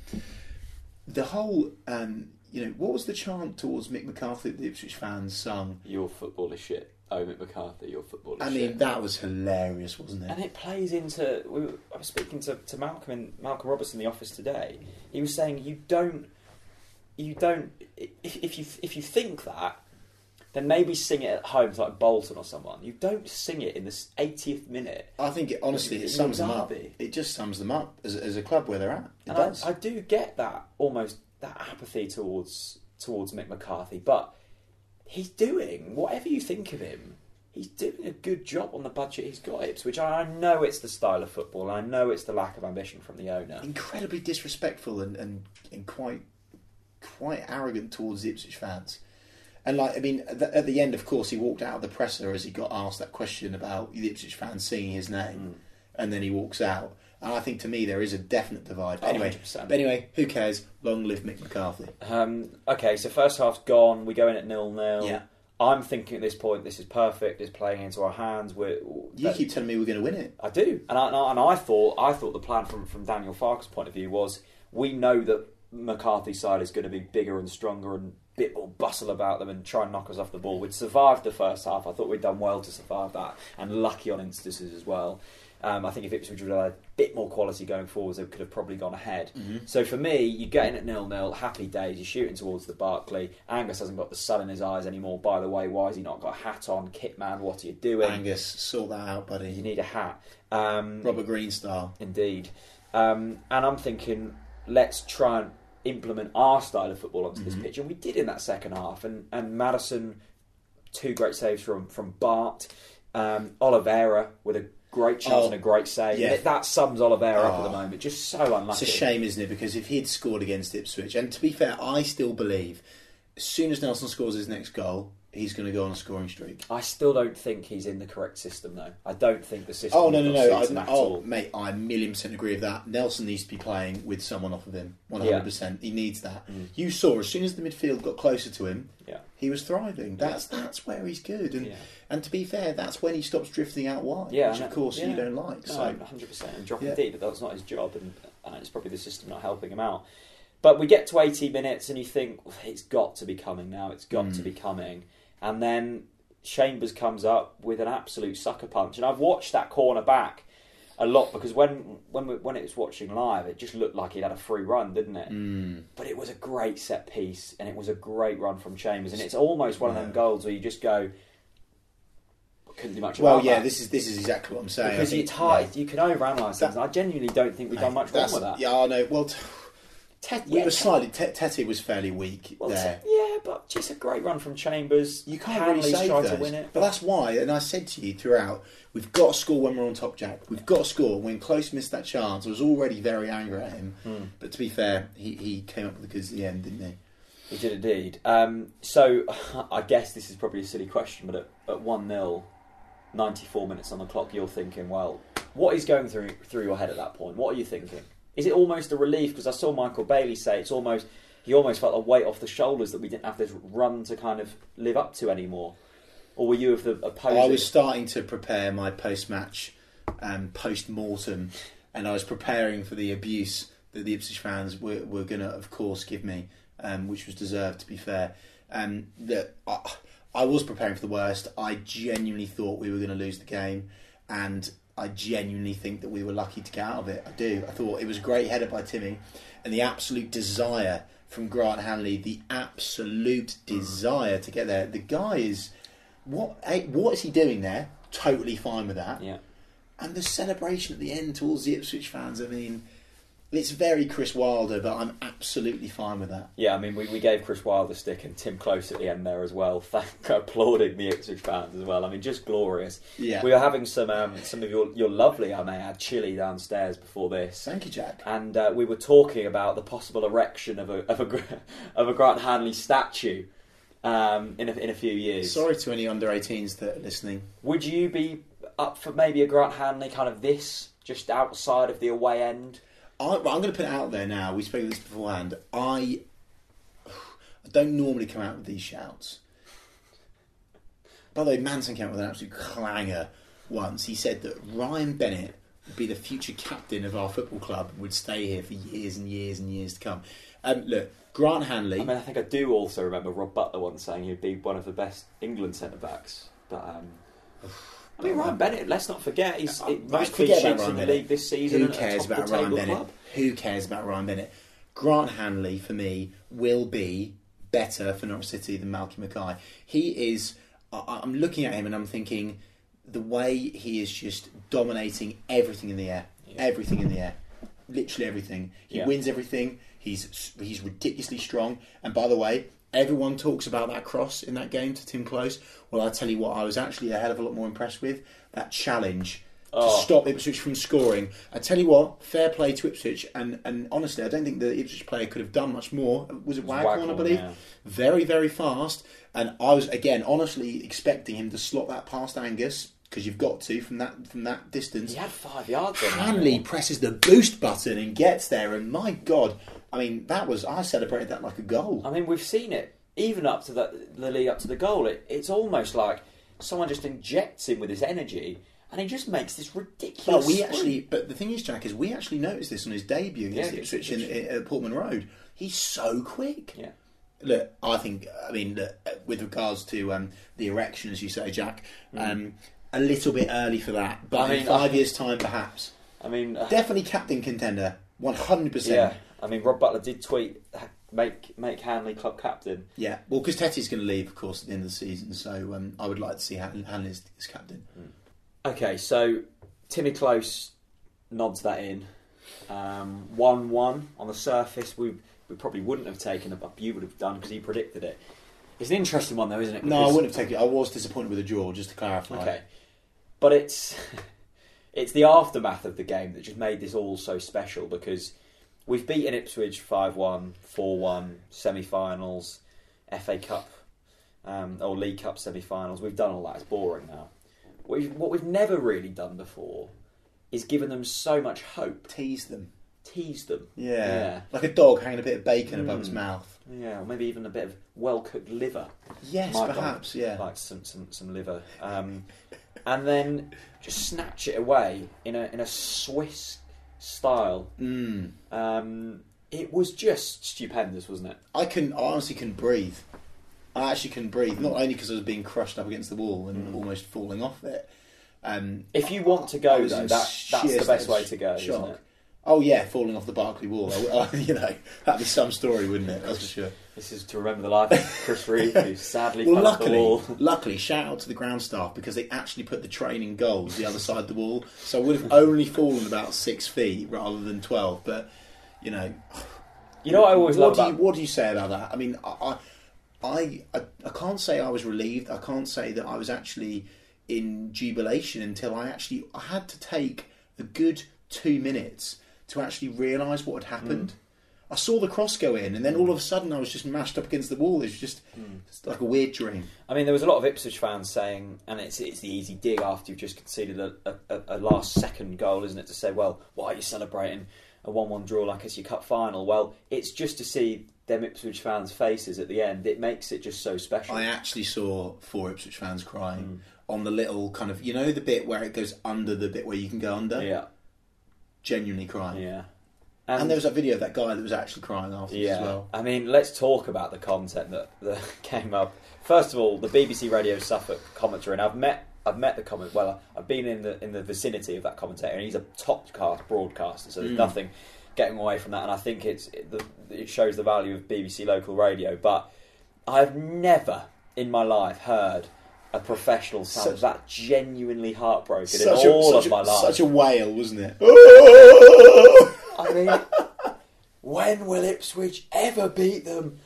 Speaker 2: The whole, um, you know, what was the chant towards Mick McCarthy that the Ipswich fans sung?
Speaker 1: Your football is shit. Oh, Mick McCarthy, your football is
Speaker 2: I
Speaker 1: shit.
Speaker 2: mean, that was hilarious, wasn't it?
Speaker 1: and it plays into. We were, I was speaking to, to Malcolm in Malcolm Roberts in the office today. He was saying you don't, you don't. i- If, if you if you think that, then maybe sing it at home to like Bolton or someone. You don't sing it in the 80th minute.
Speaker 2: I think it honestly it
Speaker 1: It's
Speaker 2: sums them up.
Speaker 1: Derby.
Speaker 2: It just sums them up as, as a club where they're at. It
Speaker 1: And
Speaker 2: does.
Speaker 1: I, I do get that almost that apathy towards towards Mick McCarthy, but he's doing whatever you think of him. He's doing a good job on the budget he's got, Ips, which I, I know it's the style of football, and I know it's the lack of ambition from the owner.
Speaker 2: Incredibly disrespectful and, and, and quite quite arrogant towards the Ipswich fans. And like I mean, at the, at the end, of course, he walked out of the presser as he got asked that question about the Ipswich fans singing his name, and then he walks out. And I think to me there is a definite divide. But anyway,
Speaker 1: 100%.
Speaker 2: but anyway, who cares? Long live Mick McCarthy.
Speaker 1: Um, okay, so first half's gone. We go in at nil nil.
Speaker 2: Yeah.
Speaker 1: I'm thinking at this point, this is perfect. It's playing into our hands. We're,
Speaker 2: You keep telling me we're going to win it.
Speaker 1: I do, and I, and I- and I thought I thought the plan from from Daniel Farke's point of view was we know that McCarthy's side is going to be bigger and stronger and bit more bustle about them and try and knock us off the ball. We'd survived the first half. I thought we'd done well to survive that, and lucky on instances as well. Um, I think if Ipswich would have had a bit more quality going forwards, they could have probably gone ahead. So for me, you get in at nil nil, happy days. You're shooting towards the Barclay. Angus hasn't got the sun in his eyes anymore. By the way, why has he not got a hat on? Kit man, what are you doing?
Speaker 2: Angus, sort that out,
Speaker 1: You
Speaker 2: buddy.
Speaker 1: need a hat. Um,
Speaker 2: Robert Green style.
Speaker 1: Indeed. Um, and I'm thinking, let's try and implement our style of football onto
Speaker 2: Mm-hmm.
Speaker 1: this pitch. And we did in that second half. And, and Madison, two great saves from, from Bart. Um, Oliveira with a great chance
Speaker 2: Oh,
Speaker 1: and a great save.
Speaker 2: yeah.
Speaker 1: That, that sums Oliveira up at the
Speaker 2: Oh.
Speaker 1: moment. Just so unlucky.
Speaker 2: It's a shame, isn't it? Because if he'd scored against Ipswich, and to be fair, I still believe as soon as Nelson scores his next goal, he's going to go on a scoring streak.
Speaker 1: I still don't think he's in the correct system, though. I don't think the system
Speaker 2: Oh no no no! I,
Speaker 1: suits him at
Speaker 2: oh
Speaker 1: all.
Speaker 2: mate, I a million percent agree with that. Nelson needs to be playing with someone off of him, one hundred percent. He needs that. You saw as soon as the midfield got closer to him,
Speaker 1: Yeah.
Speaker 2: he was thriving. That's that's where he's good, and
Speaker 1: Yeah.
Speaker 2: and to be fair, that's when he stops drifting out wide,
Speaker 1: Yeah,
Speaker 2: which
Speaker 1: and
Speaker 2: of
Speaker 1: that-
Speaker 2: course you
Speaker 1: yeah.
Speaker 2: don't like.
Speaker 1: No,
Speaker 2: so
Speaker 1: 100% and dropping
Speaker 2: Yeah.
Speaker 1: deep, but that's not his job, and, and it's probably the system not helping him out. But we get to 80 minutes, and you think it's got to be coming now. It's got
Speaker 2: Hmm.
Speaker 1: to be coming, and then Chambers comes up with an absolute sucker punch. And I've watched that corner back a lot because when when we, when it was watching live, it just looked like he'd had a free run, didn't it?
Speaker 2: Hmm.
Speaker 1: Mm. But it was a great set piece, and it was a great run from Chambers, and it's almost one of them goals where you just go. Couldn't do much
Speaker 2: well,
Speaker 1: about
Speaker 2: yeah,
Speaker 1: that.
Speaker 2: this is this is exactly what I'm saying. I
Speaker 1: Because
Speaker 2: think-
Speaker 1: it's hard,
Speaker 2: yeah.
Speaker 1: you can overanalyse things. I genuinely don't think we've done much wrong
Speaker 2: That's-
Speaker 1: with that.
Speaker 2: Yeah, I know. Well, t-
Speaker 1: Tet- yeah,
Speaker 2: we were
Speaker 1: Tet-
Speaker 2: slightly. T- Tete was fairly weak
Speaker 1: well,
Speaker 2: there.
Speaker 1: Tet- yeah, but just a great run from Chambers.
Speaker 2: you can't
Speaker 1: Hanley's
Speaker 2: really save
Speaker 1: tried
Speaker 2: those.
Speaker 1: to win it.
Speaker 2: But that's why, and I said to you throughout, we've got to score when we're on top, Jack. We've got to score. When Close missed that chance, I was already very angry at him.
Speaker 1: Hmm.
Speaker 2: But to be fair, he, he came up with the goods at the end, didn't
Speaker 1: He
Speaker 2: he?
Speaker 1: did indeed. Um, so I guess this is probably a silly question, but at, at 1 0, 94 minutes on the clock, you're thinking, well, what is going through through your head at that point? What are you thinking? Is it almost a relief? Because I saw Michael Bailey say it's almost he almost felt a weight off the shoulders that we didn't have this run to kind of live up to anymore. Or were you of the opposing?
Speaker 2: I was starting to prepare my post-match, um, post-mortem, and I was preparing for the abuse that the Ipswich fans were, were going to, of course, give me, um, which was deserved, to be fair. Um, that I, I was preparing for the worst. I genuinely thought we were going to lose the game, and I genuinely think that we were lucky to get out of it. I do. I thought it was a great header by Timmy, and the absolute desire from Grant Hanley, the absolute desire to get there. The guy is what eh, what is he doing there? Totally fine with that.
Speaker 1: yeah.
Speaker 2: And the celebration at the end towards the Ipswich fans. I mean, it's very Chris Wilder, but I'm absolutely fine with that.
Speaker 1: Yeah, I mean, we, we gave Chris Wilde a stick and Tim Close at the end there as well, thank, applauding the Ipswich fans as well. I mean, just glorious.
Speaker 2: Yeah.
Speaker 1: We were having some um, some of your, your lovely, I may add, chili downstairs before this.
Speaker 2: Thank you, Jack.
Speaker 1: And uh, we were talking about the possible erection of a, of a, gr- of a Grant Hanley statue um, in, a, in a few years.
Speaker 2: Sorry to any under 18s that are listening.
Speaker 1: Would you be up for maybe a Grant Hanley kind of this, just outside of the away end?
Speaker 2: I, well, I'm going to put it out there now. We spoke this beforehand. I, I don't normally come out with these shouts. By the way, Manson came out with an absolute clanger once. He said that Ryan Bennett would be the future captain of our football club and would stay here for years and years and years to come. Um, look, Grant Hanley.
Speaker 1: I mean, I think I do also remember Rob Butler once saying he'd be one of the best England centre backs. But um, I mean, Ryan Bennett. Let's not forget he's
Speaker 2: I-
Speaker 1: it, most clean
Speaker 2: forget about
Speaker 1: sheets
Speaker 2: Ryan
Speaker 1: in the
Speaker 2: Bennett.
Speaker 1: league this season.
Speaker 2: Who
Speaker 1: and at a
Speaker 2: cares
Speaker 1: top
Speaker 2: about
Speaker 1: of the
Speaker 2: Ryan
Speaker 1: table
Speaker 2: Bennett?
Speaker 1: club.
Speaker 2: Who cares about Ryan Bennett? Grant Hanley for me will be better for Norwich City than Malky Mackay. He is. I, I'm looking at him and I'm thinking the way he is just dominating everything in the air, everything in the air, literally everything. He
Speaker 1: Yeah.
Speaker 2: wins everything. He's he's ridiculously strong. And by the way, everyone talks about that cross in that game to Tim Close. Well, I tell you what, I was actually a hell of a lot more impressed with that challenge. To
Speaker 1: Oh.
Speaker 2: stop Ipswich from scoring. I tell you what, fair play to Ipswich, and, and honestly, I don't think the Ipswich player could have done much more. Was it Waghorn, I
Speaker 1: Waghorn,
Speaker 2: believe?
Speaker 1: yeah.
Speaker 2: very, very fast. And I was again honestly expecting him to slot that past Angus because you've got to from that from that distance.
Speaker 1: He had five yards. on that
Speaker 2: Hanley
Speaker 1: one.
Speaker 2: presses the boost button and gets there, and my God, I mean that was I celebrated that like a goal.
Speaker 1: I mean, we've seen it even up to the, the lead up to the goal. It, it's almost like someone just injects him with his energy, and he just makes this ridiculous.
Speaker 2: But we
Speaker 1: sprint.
Speaker 2: actually, but the thing is, Jack, is we actually noticed this on his debut against
Speaker 1: Yeah,
Speaker 2: Ipswich in, uh, at Portman Road. He's so quick.
Speaker 1: yeah,
Speaker 2: Look, I think, I mean, look, uh, with regards to um, the erection, as you say, Jack, um, a little bit early for that, but
Speaker 1: Mm. I
Speaker 2: in
Speaker 1: mean,
Speaker 2: five
Speaker 1: I-
Speaker 2: years' time, perhaps.
Speaker 1: I mean, uh,
Speaker 2: Definitely captain contender, one hundred
Speaker 1: yeah,
Speaker 2: percent.
Speaker 1: I mean, Rob Butler did tweet "Ha- make make Hanley club captain.
Speaker 2: Yeah. Well, because Tetty's going to leave, of course, at the end of the season. So um, I would like to see Han- Hanley as, as captain.
Speaker 1: Mm. Okay, so Timmy Close nods that in. Um, one one on the surface, we we probably wouldn't have taken it, but you would have done because he predicted it. It's an interesting one though, isn't it?
Speaker 2: No, I
Speaker 1: Because-
Speaker 2: wouldn't have taken it. I was disappointed with the draw, just to clarify.
Speaker 1: Okay, but it's it's the aftermath of the game that just made this all so special because we've beaten Ipswich 5-1, 4-1, semi-finals, FA Cup um, or League Cup semi-finals. We've done all that. It's boring now. We've, what we've never really done before is given them so much hope,
Speaker 2: Tease them.
Speaker 1: tease them.
Speaker 2: Yeah. Like a dog hanging a bit of bacon above
Speaker 1: Mm.
Speaker 2: its mouth.
Speaker 1: yeah, yeah. Or maybe even a bit of well-cooked liver.
Speaker 2: Yes,
Speaker 1: My dog.
Speaker 2: perhaps. Yeah.
Speaker 1: like some some, some liver, um, and then just snatch it away in a in a Swiss style.
Speaker 2: Mm.
Speaker 1: Um, it was just stupendous, wasn't it?
Speaker 2: I can I honestly can breathe. I actually can breathe. Not only because I was being crushed up against the wall
Speaker 1: Mm.
Speaker 2: and almost falling off it. Um,
Speaker 1: If you want to
Speaker 2: I
Speaker 1: go
Speaker 2: was
Speaker 1: though,
Speaker 2: in
Speaker 1: that, that's
Speaker 2: sheer
Speaker 1: the best way to
Speaker 2: state
Speaker 1: go,
Speaker 2: of
Speaker 1: isn't
Speaker 2: shock.
Speaker 1: it?
Speaker 2: Oh yeah, falling off the Barclay Wall. I- I- you know, that'd be some story, wouldn't it? That's for sure.
Speaker 1: This is to remember the life of Chris Reeve, who sadly
Speaker 2: Well,
Speaker 1: fell off the
Speaker 2: luckily,
Speaker 1: wall.
Speaker 2: luckily, shout out to the ground staff because they actually put the train in goals the other side of the wall, so I would have only fallen about six feet rather than twelve. But you know,
Speaker 1: You know what I always
Speaker 2: what
Speaker 1: love
Speaker 2: do you,
Speaker 1: about
Speaker 2: what do you say about that? I mean, I, I, I, I can't say I was relieved. I can't say that I was actually in jubilation until I actually I had to take a good two minutes to actually realise what had happened.
Speaker 1: Hmm.
Speaker 2: I saw the cross go in, and then all of a sudden I was just mashed up against the wall. It was just
Speaker 1: Hmm.
Speaker 2: it's like a weird dream.
Speaker 1: I mean, there was a lot of Ipswich fans saying, and it's it's the easy dig after you've just conceded a, a, a- a last second goal, isn't it? To say, well, why are you celebrating a one-one draw like it's your cup final? Well, it's just to see them Ipswich fans' faces at the end. It makes it just so special.
Speaker 2: I actually saw four Ipswich fans crying
Speaker 1: Hmm.
Speaker 2: on the little kind of you know the bit where it goes under the bit where you can go under.
Speaker 1: yeah,
Speaker 2: Genuinely crying.
Speaker 1: yeah,
Speaker 2: And, there was that video of that guy that was actually crying afterwards
Speaker 1: yeah.
Speaker 2: as well.
Speaker 1: I mean, let's talk about the content that, that came up. First of all, the BBC Radio Suffolk commentator, and I've met. I've met the comment. Well, I've been in the in the vicinity of that commentator, and he's a top cast broadcaster. So there's
Speaker 2: Mm.
Speaker 1: nothing getting away from that. And I think it's it, the, it shows the value of BBC local radio. But I've never in my life heard a professional sound
Speaker 2: Such-
Speaker 1: that genuinely heartbroken
Speaker 2: such
Speaker 1: in
Speaker 2: a,
Speaker 1: all
Speaker 2: such,
Speaker 1: of
Speaker 2: a,
Speaker 1: my life.
Speaker 2: such a wail, wasn't it?
Speaker 1: I mean, when will Ipswich ever beat them?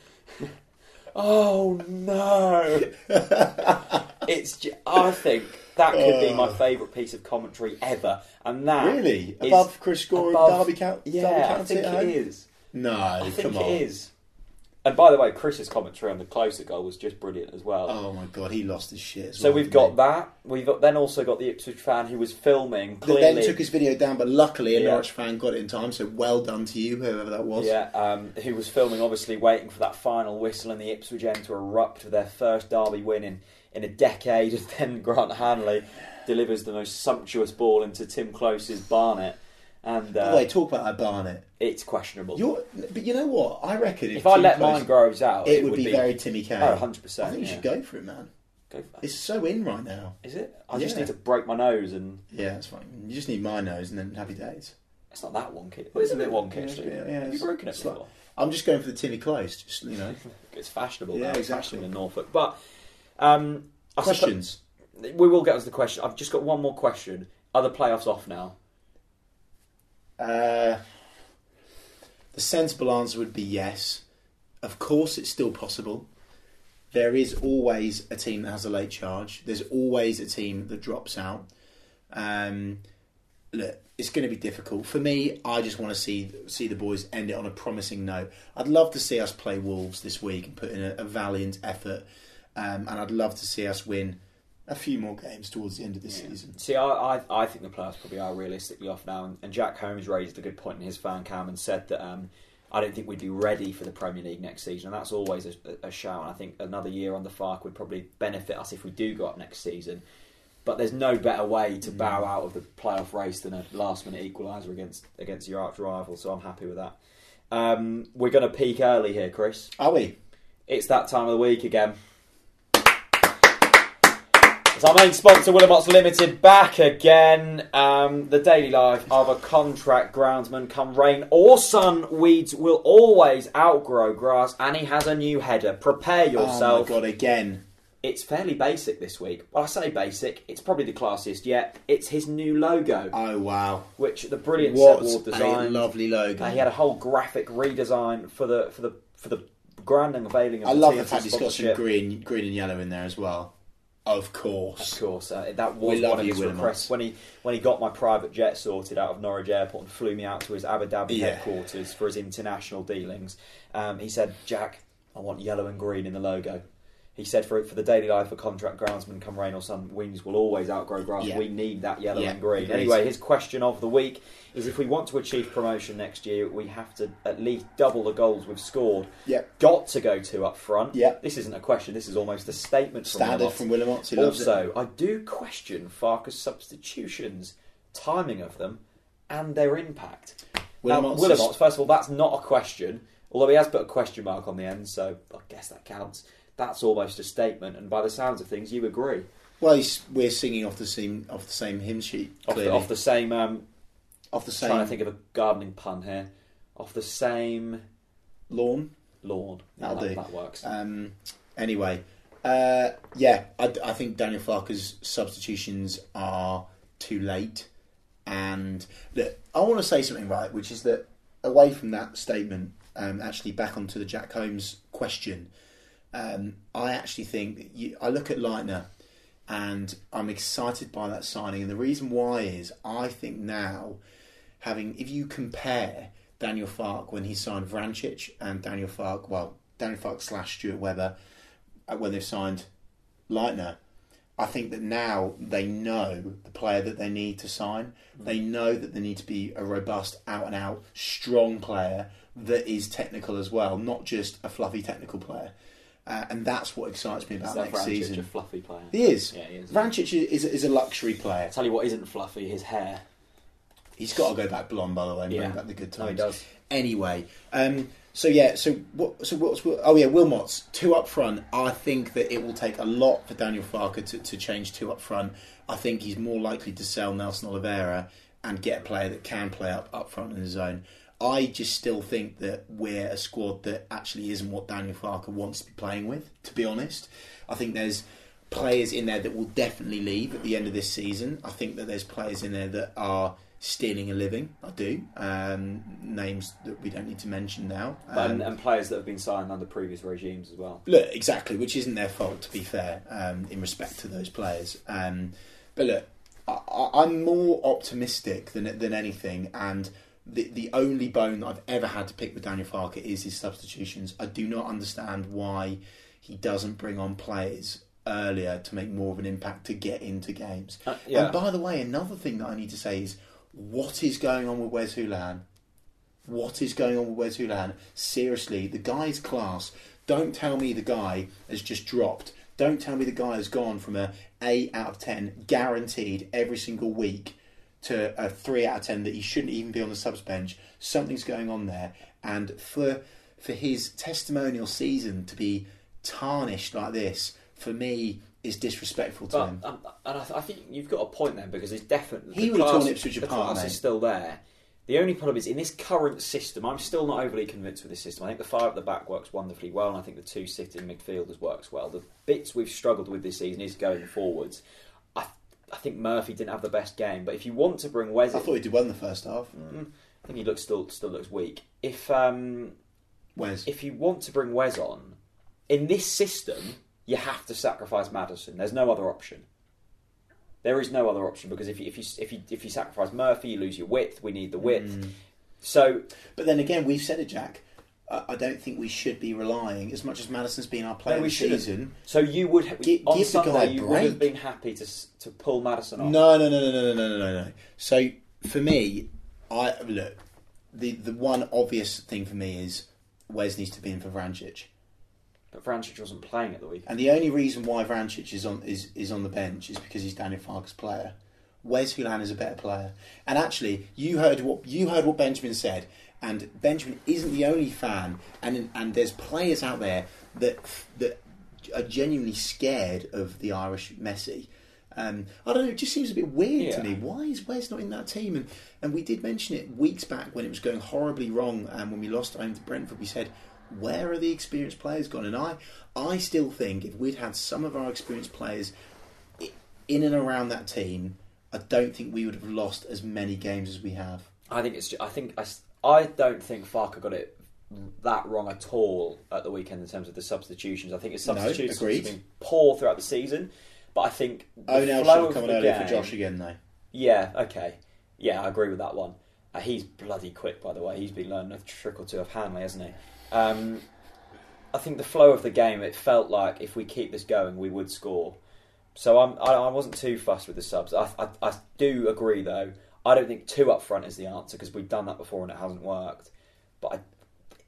Speaker 1: Oh no! it's. Ju- I think that could be my favourite piece of commentary ever, and that
Speaker 2: Oh. Really?
Speaker 1: is
Speaker 2: Above Chris Gore and
Speaker 1: above-
Speaker 2: Derby Coun-
Speaker 1: Yeah,
Speaker 2: Derby
Speaker 1: I
Speaker 2: County
Speaker 1: think
Speaker 2: at
Speaker 1: it
Speaker 2: home?
Speaker 1: is.
Speaker 2: no,
Speaker 1: I think
Speaker 2: come on.
Speaker 1: it is. And by the way, Chris's commentary on the closer goal was just brilliant as well.
Speaker 2: Oh my god, he lost his shit. As
Speaker 1: so
Speaker 2: well,
Speaker 1: we've
Speaker 2: didn't
Speaker 1: got
Speaker 2: he?
Speaker 1: that. We've got- then also got the Ipswich fan who was filming.
Speaker 2: That
Speaker 1: Clearly,
Speaker 2: Then took his video down, but luckily a
Speaker 1: Yeah.
Speaker 2: Norwich fan got it in time. So well done to you, whoever that was.
Speaker 1: Yeah, um, who was filming, obviously waiting for that final whistle and the Ipswich end to erupt with their first derby win in, in a decade. And then Grant Hanley delivers the most sumptuous ball into Tim Close's Barnet. And
Speaker 2: By
Speaker 1: uh,
Speaker 2: the way, talk about that Barnet.
Speaker 1: it's questionable.
Speaker 2: You're, but you know what? I reckon if,
Speaker 1: if I
Speaker 2: Tim
Speaker 1: let
Speaker 2: Close-
Speaker 1: mine grows out,
Speaker 2: it, would, be, very Timmy K.
Speaker 1: Oh, 100%,
Speaker 2: I think you
Speaker 1: yeah.
Speaker 2: should go for it, man.
Speaker 1: Go for it.
Speaker 2: It's so in right now.
Speaker 1: Is it? I just
Speaker 2: Yeah.
Speaker 1: need to break my nose and
Speaker 2: Yeah, that's fine. You just need my nose and then happy days.
Speaker 1: It's not that wonky. Well, it's a bit wonky,
Speaker 2: Yeah,
Speaker 1: actually.
Speaker 2: yeah, yeah,
Speaker 1: Have you
Speaker 2: it's-
Speaker 1: broken it
Speaker 2: it's like-
Speaker 1: before?
Speaker 2: I'm just going for the Timmy Close, just you know.
Speaker 1: It's fashionable
Speaker 2: Yeah,
Speaker 1: now. It's
Speaker 2: exactly.
Speaker 1: fashionable in Norfolk. But um, I suppo-
Speaker 2: Questions.
Speaker 1: we will get onto the question. I've just got one more question. Are the playoffs off now?
Speaker 2: Uh, the sensible answer would be yes. Of course, it's still possible. There is always a team that has a late charge. There's always a team that drops out. Um, look, it's going to be difficult for me. I just want to see see the boys end it on a promising note. I'd love to see us play Wolves this week and put in a, a valiant effort, um, and I'd love to see us win a few more games towards the end of this season.
Speaker 1: See, I, I, I think the playoffs probably are realistically off now. And, and Jack Holmes raised a good point in his fan cam and said that um, I don't think we'd be ready for the Premier League next season. And that's always a, a shout. And I think another year on the FARC would probably benefit us if we do go up next season. But there's no better way to bow out of the playoff race than a last minute equaliser against against your arch rival. So I'm happy with that. Um, we're going to peak early here, Chris.
Speaker 2: Are we?
Speaker 1: It's that time of the week again. It's our main sponsor, Willamott's Limited, back again. Um, the daily life of a contract groundsman, come rain or sun, weeds will always outgrow grass, and he has a new header. Prepare
Speaker 2: Oh my
Speaker 1: yourself.
Speaker 2: god! Again.
Speaker 1: it's fairly basic this week. Well, I say basic, it's probably the classiest yet. It's his new logo,
Speaker 2: Oh wow!
Speaker 1: which the brilliant
Speaker 2: What
Speaker 1: Seb Ward
Speaker 2: a
Speaker 1: designed.
Speaker 2: lovely logo!
Speaker 1: Uh, he had a whole graphic redesign for the for the for the grand unveiling of
Speaker 2: I
Speaker 1: the
Speaker 2: love the
Speaker 1: TFC
Speaker 2: fact he's got some
Speaker 1: sponsorship.
Speaker 2: green, green and yellow in there as well. Of course.
Speaker 1: Of course, uh, that was
Speaker 2: We love
Speaker 1: one of
Speaker 2: you,
Speaker 1: his
Speaker 2: Willem.
Speaker 1: requests when he when he got my private jet sorted out of Norwich Airport and flew me out to his Abu Dhabi
Speaker 2: Yeah.
Speaker 1: headquarters for his international dealings. Um, he said, "Jack, I want yellow and green in the logo." He said, "For for the daily life of contract groundsman, come rain or sun, wings will always outgrow grass.
Speaker 2: Yeah.
Speaker 1: We need that yellow
Speaker 2: Yeah,
Speaker 1: and green."
Speaker 2: agreed.
Speaker 1: Anyway, his question of the week is: If we want to achieve promotion next year, we have to at least double the goals we've scored.
Speaker 2: Yep.
Speaker 1: Got to go two up front.
Speaker 2: Yep.
Speaker 1: This isn't a question. This is almost a statement. from
Speaker 2: Standard
Speaker 1: Wilmot.
Speaker 2: from Willemotz. He loves it.
Speaker 1: Also, I do question Farkas' substitutions, timing of them, and their impact.
Speaker 2: Wilmots
Speaker 1: now,
Speaker 2: is-
Speaker 1: Wilmots, first of all, that's not a question, although he has put a question mark on the end, so I guess that counts. That's almost a statement, and by the sounds of things, you agree.
Speaker 2: Well, he's, we're singing off the same off the same hymn sheet.
Speaker 1: Off
Speaker 2: Clearly.
Speaker 1: the, off the same, um,
Speaker 2: Off the
Speaker 1: trying to
Speaker 2: same
Speaker 1: think of a gardening pun here, off the same
Speaker 2: lawn.
Speaker 1: lawn.
Speaker 2: That'll
Speaker 1: that,
Speaker 2: do.
Speaker 1: That works.
Speaker 2: Um, anyway, uh, yeah, I, I think Daniel Farker's substitutions are too late. And look, I want to say something right, which is that away from that statement, um, actually back onto the Jack Holmes question, um, I actually think that you, I look at Leitner and I'm excited by that signing. And the reason why is I think now, having if you compare Daniel Fark when he signed Vrancic and Daniel Fark, well, Daniel Fark slash Stuart Webber uh, when they've signed Leitner, I think that now they know the player that they need to sign. They know that they need to be a robust, out and out, strong player that is technical as well, not just a fluffy technical player. Uh, and that's what excites me about
Speaker 1: Is that
Speaker 2: next
Speaker 1: Vrancic,
Speaker 2: season.
Speaker 1: a fluffy player.
Speaker 2: He is.
Speaker 1: Yeah, he is.
Speaker 2: Vrancic is, is a luxury player.
Speaker 1: Tell you what isn't fluffy, his hair.
Speaker 2: He's got to go back blonde, by the way, and
Speaker 1: Yeah.
Speaker 2: bring back the good
Speaker 1: No,
Speaker 2: times.
Speaker 1: he does.
Speaker 2: Anyway, um, so yeah, so what? So what's? Oh yeah, Wilmots two up front. I think that it will take a lot for Daniel Farker to, to change two up front. I think he's more likely to sell Nelson Oliveira and get a player that can play up up front in the zone. I just still think that we're a squad that actually isn't what Daniel Farker wants to be playing with. To be honest, I think there's players in there that will definitely leave at the end of this season. I think that there's players in there that are stealing a living. I do. Um, names that we don't need to mention now.
Speaker 1: But,
Speaker 2: Um,
Speaker 1: and, and players that have been signed under previous regimes as well.
Speaker 2: look, exactly, which isn't their fault, to be fair, um, in respect to those players. Um, but look, I, I- I'm more optimistic than than anything, and the the only bone that I've ever had to pick with Daniel Farker is his substitutions. I do not understand why he doesn't bring on players earlier to make more of an impact to get into games.
Speaker 1: Uh, yeah.
Speaker 2: And by the way, another thing that I need to say is what is going on with Wes Houlihan? What is going on with Wes Houlihan? Seriously, the guy's class. Don't tell me the guy has just dropped. Don't tell me the guy has gone from a eight out of ten guaranteed every single week to a three out of ten that he shouldn't even be on the subs bench. Something's going on there, and for for his testimonial season to be tarnished like this, for me, is disrespectful to
Speaker 1: But
Speaker 2: him.
Speaker 1: um, and I, th- I think you've got a point then because he's definitely
Speaker 2: He
Speaker 1: the
Speaker 2: would have
Speaker 1: class-
Speaker 2: torn Ipswich
Speaker 1: the
Speaker 2: apart,
Speaker 1: class
Speaker 2: mate.
Speaker 1: is still there, The only problem is in this current system, I'm still not overly convinced with this system. I think the five at the back works wonderfully well, and I think the two sitting midfielders works well. The bits we've struggled with this season is going forwards. I, I think Murphy didn't have the best game, but if you want to bring Wes,
Speaker 2: I
Speaker 1: in,
Speaker 2: thought he did well in the first half.
Speaker 1: I think he looks still still looks weak. If um,
Speaker 2: Where's
Speaker 1: if you want to bring Wes on in this system, you have to sacrifice Madison. There's no other option. There is no other option because if you if you if you, if you sacrifice Murphy, you lose your width. We need the width. So
Speaker 2: But then again, we've said it, Jack. I I don't think we should be relying as much as Madison's been our player
Speaker 1: No, we
Speaker 2: this
Speaker 1: shouldn't.
Speaker 2: season.
Speaker 1: So you would
Speaker 2: Gi-
Speaker 1: on
Speaker 2: give the
Speaker 1: Sunday
Speaker 2: guy a
Speaker 1: you would have
Speaker 2: break.
Speaker 1: been happy to s- to pull Madison off.
Speaker 2: No, no, no, no, no, no, no, no, no. So for me, I look the the one obvious thing for me is Wes needs to be in for Vrancic,
Speaker 1: But Vrancic wasn't playing at the weekend.
Speaker 2: and the only reason why Vrancic is on is is on the bench is because he's Daniel Farke's player. Wes Hulan is a better player, and actually, you heard what you heard what Benjamin said, and Benjamin isn't the only fan, and and there's players out there that that are genuinely scared of the Irish Messi. Um, I don't know. It just seems a bit weird to
Speaker 1: Yeah.
Speaker 2: me. Why is Wes not in that team? And and we did mention it weeks back when it was going horribly wrong, and when we lost at home to Brentford, we said, "Where are the experienced players gone?" And I I still think if we'd had some of our experienced players i- in and around that team, I don't think we would have lost as many games as we have.
Speaker 1: I think it's. ju- I think I. s- I don't think Farker got it that wrong at all at the weekend in terms of the substitutions. I think his substitutions
Speaker 2: agreed.
Speaker 1: have been poor throughout the season, but I think the
Speaker 2: Oh, now
Speaker 1: flow
Speaker 2: should have
Speaker 1: of
Speaker 2: come on
Speaker 1: the
Speaker 2: early for
Speaker 1: game-
Speaker 2: Josh again, though.
Speaker 1: Yeah. Okay. Yeah, I agree with that one. Uh, he's bloody quick, by the way. He's been learning a trick or two of Hanley, hasn't he? Um, I think the flow of the game. It felt like if we keep this going, we would score. So I'm, I, I wasn't too fussed with the subs. I, I, I do agree though. I don't think two up front is the answer because we've done that before and it hasn't worked. But I,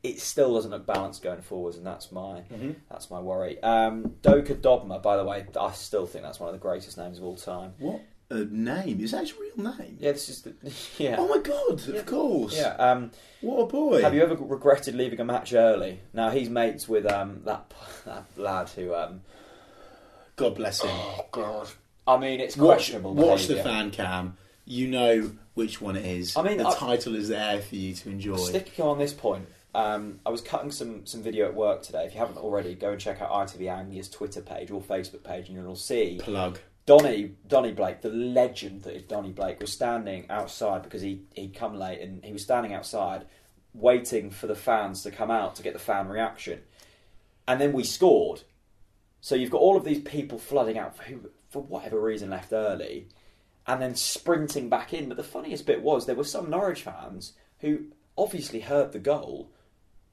Speaker 1: it still doesn't look balanced going forwards, and that's my that's my worry. Um, Doka Dobma, by the way, I still think that's one of the greatest names of all time.
Speaker 2: What a name! Is that his real name?
Speaker 1: Yeah, this is the yeah.
Speaker 2: Oh my god!
Speaker 1: Yeah.
Speaker 2: Of course.
Speaker 1: Yeah. Um,
Speaker 2: What a boy.
Speaker 1: have you ever regretted leaving a match early? Now he's mates with um, that that lad who. Um,
Speaker 2: God bless him.
Speaker 1: Oh, God. I mean, it's
Speaker 2: watch,
Speaker 1: questionable.
Speaker 2: watch the
Speaker 1: behaviour.
Speaker 2: fan cam. You know which one it is.
Speaker 1: I mean,
Speaker 2: the
Speaker 1: I-
Speaker 2: title is there for you to enjoy.
Speaker 1: Sticking on this point, um, I was cutting some, some video at work today. If you haven't already, go and check out ITV Anglia's Twitter page or Facebook page, and you'll see
Speaker 2: Plug.
Speaker 1: Donny Donny Blake, the legend that is Donny Blake, was standing outside because he he'd come late and he was standing outside waiting for the fans to come out to get the fan reaction, and then we scored. So you've got all of these people flooding out for who, for whatever reason left early, and then sprinting back in. But the funniest bit was there were some Norwich fans who obviously heard the goal,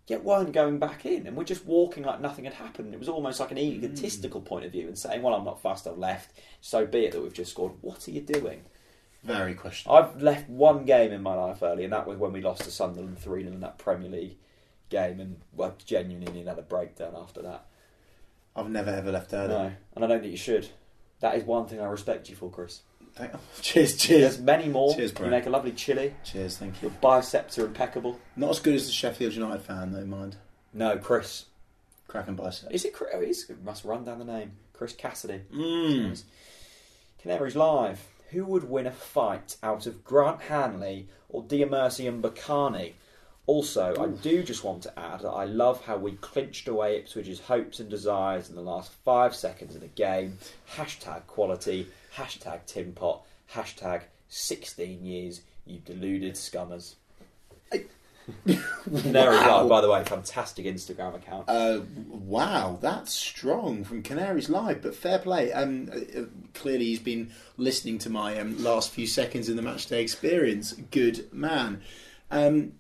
Speaker 1: yet weren't going back in, and were just walking like nothing had happened. It was almost like an egotistical
Speaker 2: Hmm.
Speaker 1: point of view and saying, "Well, I'm not fast. I've left. So be it that we've just scored. What are you doing?"
Speaker 2: Very questionable.
Speaker 1: I've left one game in my life early, and that was when we lost to Sunderland three 0 in that Premier League game, and I genuinely nearly had a breakdown after that.
Speaker 2: I've never ever left early.
Speaker 1: No, and I don't think you should. That is one thing I respect you for, Chris.
Speaker 2: Thank- oh, cheers,
Speaker 1: There's
Speaker 2: cheers.
Speaker 1: many more.
Speaker 2: Cheers, bro.
Speaker 1: you make a lovely chili.
Speaker 2: Cheers, thank
Speaker 1: Your
Speaker 2: you.
Speaker 1: biceps are impeccable.
Speaker 2: Not as good as the Sheffield United fan, though, mind.
Speaker 1: No, Chris.
Speaker 2: Cracking bicep.
Speaker 1: Is it Chris? Oh, It, is, it must run down the name. Chris Cassidy. Hmm.
Speaker 2: Mmm.
Speaker 1: Canaries Live. Who would win a fight out of Grant Hanley or Diamercy and Bacani? Also, I do just want to add that I love how we clinched away Ipswich's hopes and desires in the last five seconds of the game. Hashtag quality, hashtag Tim Pot, hashtag 16 years, you deluded scummers. Canaries Live, by the way, fantastic Instagram account.
Speaker 2: Uh, wow, that's strong from Canaries Live, but fair play. Um, uh, uh, clearly, he's been listening to my um, last few seconds in the matchday experience. Good man. Um,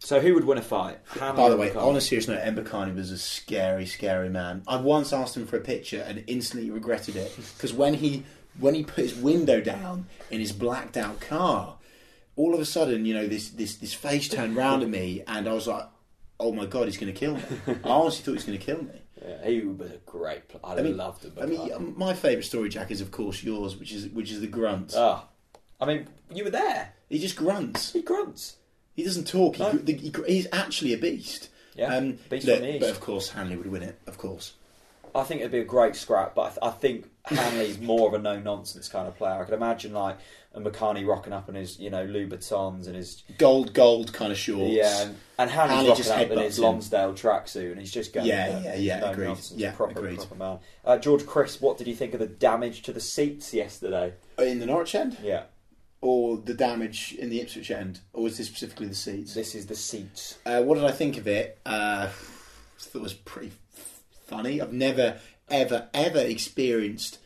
Speaker 1: So, who would win a fight? Hanley
Speaker 2: By the
Speaker 1: or
Speaker 2: way,
Speaker 1: Bacani?
Speaker 2: on a serious note, Embakani was a scary, scary man. I once asked him for a picture and instantly regretted it because when he when he put his window down in his blacked out car, all of a sudden, you know, this this this face turned round at me, and I was like, "Oh my god, he's going to kill me!" I honestly thought he was going to kill me.
Speaker 1: Yeah, he was a great player. I,
Speaker 2: mean-
Speaker 1: loved him.
Speaker 2: I mean, my favourite story, Jack, is of course yours, which is which is the grunt.
Speaker 1: Ah, I mean, you were there.
Speaker 2: he just grunts.
Speaker 1: He grunts.
Speaker 2: He doesn't talk. He,
Speaker 1: No.
Speaker 2: the, he, gr- he's actually a beast.
Speaker 1: Uh.
Speaker 2: Um,
Speaker 1: Yeah, beast from the
Speaker 2: But
Speaker 1: east.
Speaker 2: of course, Hanley would win it. Of course.
Speaker 1: I think it'd be a great scrap, but I, th- I think Hanley's more of a no nonsense kind of player. I could imagine like a McCarney rocking up in his you know Louboutins and his
Speaker 2: Gold, gold kind of shorts.
Speaker 1: yeah, and, and Hanley's
Speaker 2: Hanley
Speaker 1: rocking
Speaker 2: just
Speaker 1: up in
Speaker 2: headbutts
Speaker 1: his
Speaker 2: him.
Speaker 1: Lonsdale tracksuit and he's just going
Speaker 2: Yeah,
Speaker 1: there.
Speaker 2: yeah, yeah,
Speaker 1: no
Speaker 2: agreed.
Speaker 1: nonsense,
Speaker 2: Yeah,
Speaker 1: proper,
Speaker 2: agreed.
Speaker 1: proper man. Uh, George Chris, what did you think of the damage to the seats yesterday?
Speaker 2: In the Norwich end?
Speaker 1: Yeah,
Speaker 2: Or the damage in the Ipswich end? Or is this specifically the seats?
Speaker 1: this is the seats.
Speaker 2: Uh, what did I think of it? Uh, I thought it was pretty f- funny. I've never, ever, ever experienced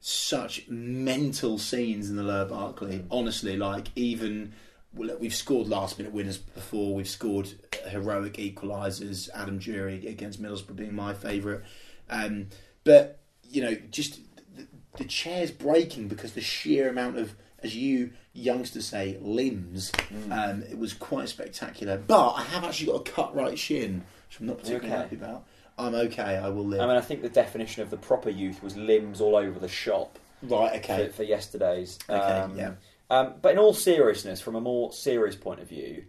Speaker 2: such mental scenes in the Lower Barclay. Honestly, like even well, look, we've scored last minute winners before. We've scored heroic equalisers. Adam Jury against Middlesbrough being my favourite, um, but you know just. The, the chairs breaking because the sheer amount of, as you youngsters say, limbs.
Speaker 1: Mm.
Speaker 2: Um, it was quite spectacular. But I have actually got a cut right shin, which I'm not particularly
Speaker 1: okay?
Speaker 2: happy about. I'm okay. I will live.
Speaker 1: I mean, I think the definition of the proper youth was limbs all over the shop.
Speaker 2: right. Okay.
Speaker 1: for, for yesterday's.
Speaker 2: Okay,
Speaker 1: um,
Speaker 2: yeah.
Speaker 1: um, but in all seriousness, from a more serious point of view,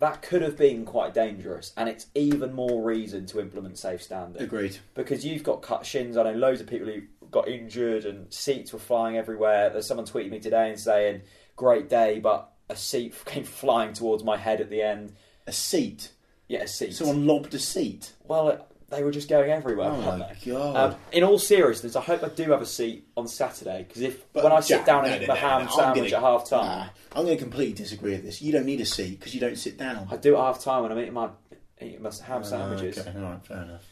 Speaker 1: that could have been quite dangerous, and it's even more reason to implement safe standard
Speaker 2: Agreed.
Speaker 1: because you've got cut shins. I know loads of people who got injured, and seats were flying everywhere. There's someone tweeting me today and saying, "Great day," but a seat came flying towards my head at the end.
Speaker 2: A seat.
Speaker 1: Yeah, a seat.
Speaker 2: Someone lobbed a seat.
Speaker 1: Well, it- they were just going everywhere.
Speaker 2: Oh
Speaker 1: weren't
Speaker 2: my
Speaker 1: they?
Speaker 2: God.
Speaker 1: Um, in all seriousness, I hope I do have a seat on Saturday because if when I sit
Speaker 2: Jack,
Speaker 1: down
Speaker 2: no,
Speaker 1: and eat
Speaker 2: no,
Speaker 1: my
Speaker 2: no,
Speaker 1: ham
Speaker 2: no, I'm
Speaker 1: sandwich
Speaker 2: gonna-
Speaker 1: at half time,
Speaker 2: Nah, I'm going to completely disagree with this. You don't need a seat because you don't sit down. Oh,
Speaker 1: I do at half time when I'm eating my eating my ham sandwiches.
Speaker 2: Okay, all right, fair enough.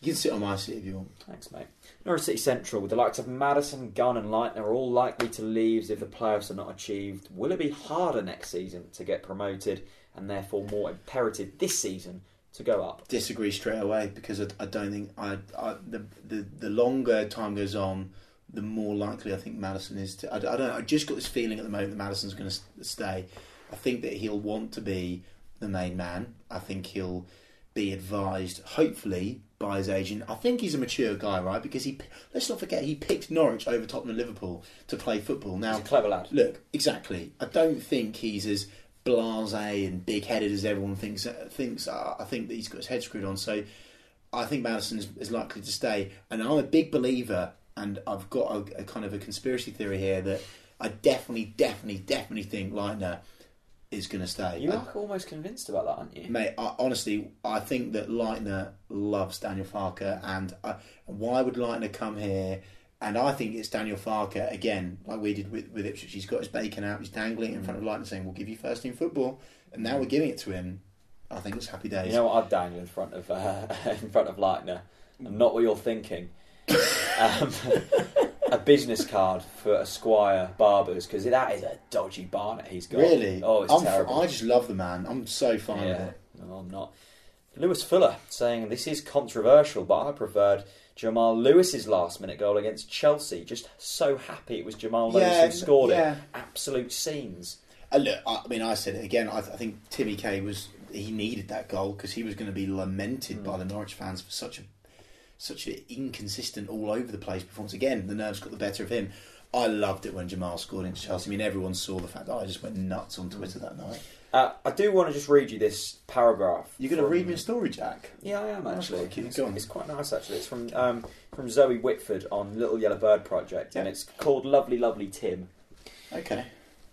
Speaker 2: You can sit on my seat if you want.
Speaker 1: Thanks, mate. Norwich City Central, with the likes of Madison, Gunn, and Lightner, are all likely to leave if the playoffs are not achieved. Will it be harder next season to get promoted, and therefore more imperative this season to go up?
Speaker 2: disagree straight away because I, I don't think I, I the, the the longer time goes on, the more likely I think Madison is to. I, I don't. know, I just got this feeling at the moment that Madison's going to stay. I think that he'll want to be the main man. I think he'll be advised, hopefully, by his agent. I think he's a mature guy, right? Because he let's not forget he picked Norwich over Tottenham and Liverpool to play football. Now
Speaker 1: He's a clever lad.
Speaker 2: Look, exactly. I don't think he's as blasé and big-headed as everyone thinks. uh, Thinks I I think that he's got his head screwed on. So I think Madison is, is likely to stay. And I'm a big believer, and I've got a, a kind of a conspiracy theory here that I definitely, definitely, definitely think Leitner is going to stay.
Speaker 1: You
Speaker 2: I-
Speaker 1: are almost convinced about that, aren't you?
Speaker 2: Mate, I, honestly, I think that Leitner loves Daniel Farker, and I, why would Leitner come here? And I think it's Daniel Farker again, like we did with, with Ipswich. He's got his bacon out, he's dangling it in front of Leitner, saying, "We'll give you first team football," and now we're giving it to him. I think it's happy days.
Speaker 1: You know what I'd dangle in front of uh, in front of Leitner, and not what you're thinking. um, a business card for Esquire Barbers because that is a dodgy barnet he's got.
Speaker 2: really?
Speaker 1: Oh, it's
Speaker 2: I'm f-
Speaker 1: terrible.
Speaker 2: I just love the man. I'm so fine with
Speaker 1: yeah,
Speaker 2: it.
Speaker 1: no, I'm not. Lewis Fuller saying this is controversial, but I preferred Jamal Lewis's last-minute goal against Chelsea. Just so happy it was Jamal Lewis
Speaker 2: Yeah,
Speaker 1: who scored
Speaker 2: yeah.
Speaker 1: it. Absolute scenes.
Speaker 2: Uh, look, I, I mean, I said it again. I, th- I think Timmy Kay was he needed that goal because he was going to be lamented
Speaker 1: Hmm.
Speaker 2: by the Norwich fans for such a such an inconsistent, all over the place performance. Again, the nerves got the better of him. I loved it when Jamal scored against Chelsea. I mean, everyone saw the fact that I just went nuts on Twitter that night.
Speaker 1: Uh, I do want to just read you this paragraph.
Speaker 2: You're going to
Speaker 1: from-
Speaker 2: read me a story, Jack?
Speaker 1: Yeah, I am
Speaker 2: Oh,
Speaker 1: actually.
Speaker 2: crikey,
Speaker 1: it's,
Speaker 2: go on.
Speaker 1: it's quite nice actually. It's from um, from Zoe Whitford on Little Yellow Bird Project, and
Speaker 2: Yeah.
Speaker 1: it's called Lovely Lovely Tim.
Speaker 2: Okay.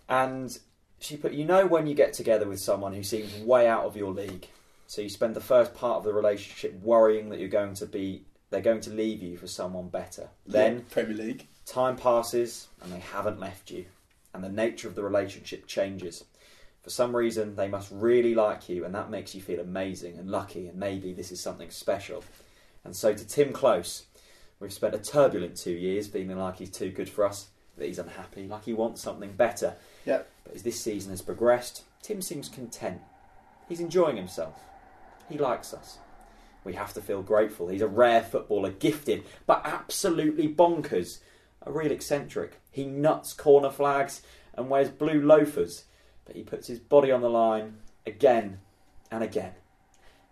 Speaker 1: And she put, you know, when you get together with someone who seems way out of your league, so you spend the first part of the relationship worrying that you're going to be they're going to leave you for someone better. Then
Speaker 2: Yeah, Premier League.
Speaker 1: Time passes and they haven't left you, and the nature of the relationship changes. For some reason, they must really like you, and that makes you feel amazing and lucky, and maybe this is something special. And so, to Tim Close, we've spent a turbulent two years feeling like he's too good for us, that he's unhappy, like he wants something better.
Speaker 2: Yep.
Speaker 1: But as this season has progressed, Tim seems content. He's enjoying himself. He likes us. We have to feel grateful. He's a rare footballer, gifted, but absolutely bonkers. A real eccentric. He nuts corner flags and wears blue loafers, but he puts his body on the line again and again.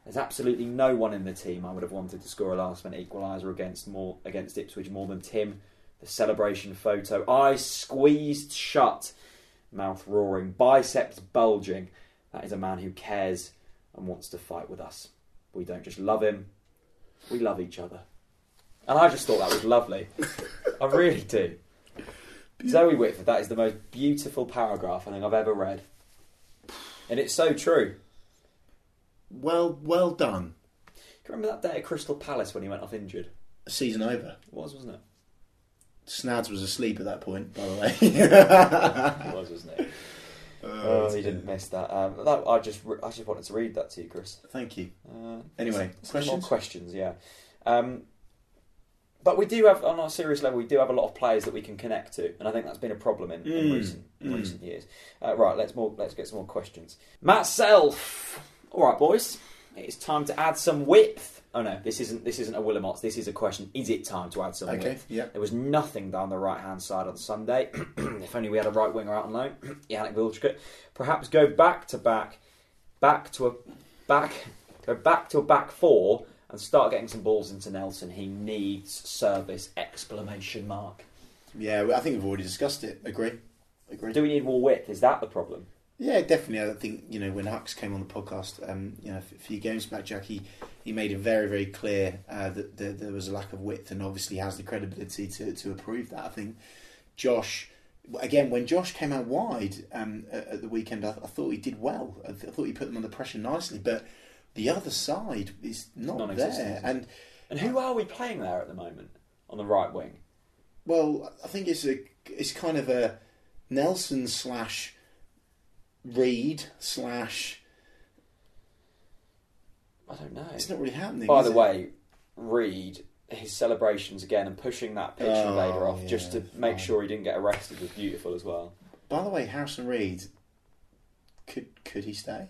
Speaker 1: There's absolutely no one in the team I would have wanted to score a last minute equaliser against more against Ipswich more than Tim. The celebration photo, eyes squeezed shut, mouth roaring, biceps bulging. That is a man who cares and wants to fight with us. We don't just love him, we love each other. And I just thought that was lovely. I really do. Zoe Whitford, that is the most beautiful paragraph I think I've ever read. And it's so true.
Speaker 2: Well, well done.
Speaker 1: Do you remember that day at Crystal Palace when he went off injured?
Speaker 2: Season over.
Speaker 1: It was, wasn't it?
Speaker 2: Snads was asleep at that point, by the way.
Speaker 1: It was, wasn't it? oh, you didn't miss that. Um, that I just, re- I just wanted to read that to you, Chris.
Speaker 2: Thank you.
Speaker 1: Uh,
Speaker 2: Anyway,
Speaker 1: Some
Speaker 2: questions?
Speaker 1: More questions, yeah. Um, but we do have, on a serious level, we do have a lot of players that we can connect to, and I think that's been a problem in, in
Speaker 2: Mm,
Speaker 1: recent in
Speaker 2: mm.
Speaker 1: recent years. Uh, right, let's more let's get some more questions. Matt Self, all right, boys, it is time to add some width. Oh no, this isn't this isn't a Willamots. This is a question. Is it time to add some
Speaker 2: Okay,
Speaker 1: width?
Speaker 2: yeah.
Speaker 1: There was nothing down the right hand side on Sunday. if only we had a right winger out on loan, Yannick Wilczka. Perhaps go back to back, back to a back, go back to a back four and start getting some balls into Nelson. He needs service! Exclamation mark.
Speaker 2: Yeah, well, I think we've already discussed it. Agree? Agree?
Speaker 1: Do we need more width? Is that the problem?
Speaker 2: Yeah, definitely. I think you know when Hux came on the podcast, um, you know, a few games back, Jack, he, he made it very, very clear uh, that, that there was a lack of width, and obviously has the credibility to to approve that. I think Josh, again, when Josh came out wide um, at, at the weekend, I, I thought he did well. I, th- I thought he put them under pressure nicely, but the other side is not
Speaker 1: Non-existent,
Speaker 2: there.
Speaker 1: isn't it?
Speaker 2: And
Speaker 1: And who are we playing there at the moment on the right wing?
Speaker 2: Well, I think it's a it's kind of a Nelson slash Reed slash.
Speaker 1: I don't know.
Speaker 2: It's not really happening.
Speaker 1: By
Speaker 2: is
Speaker 1: the
Speaker 2: it?
Speaker 1: way, Reed, his celebrations again and pushing that pitch
Speaker 2: Oh,
Speaker 1: invader off just to
Speaker 2: yeah,
Speaker 1: make
Speaker 2: fine.
Speaker 1: sure he didn't get arrested was beautiful as well.
Speaker 2: by the way, Harrison Reed could could he stay?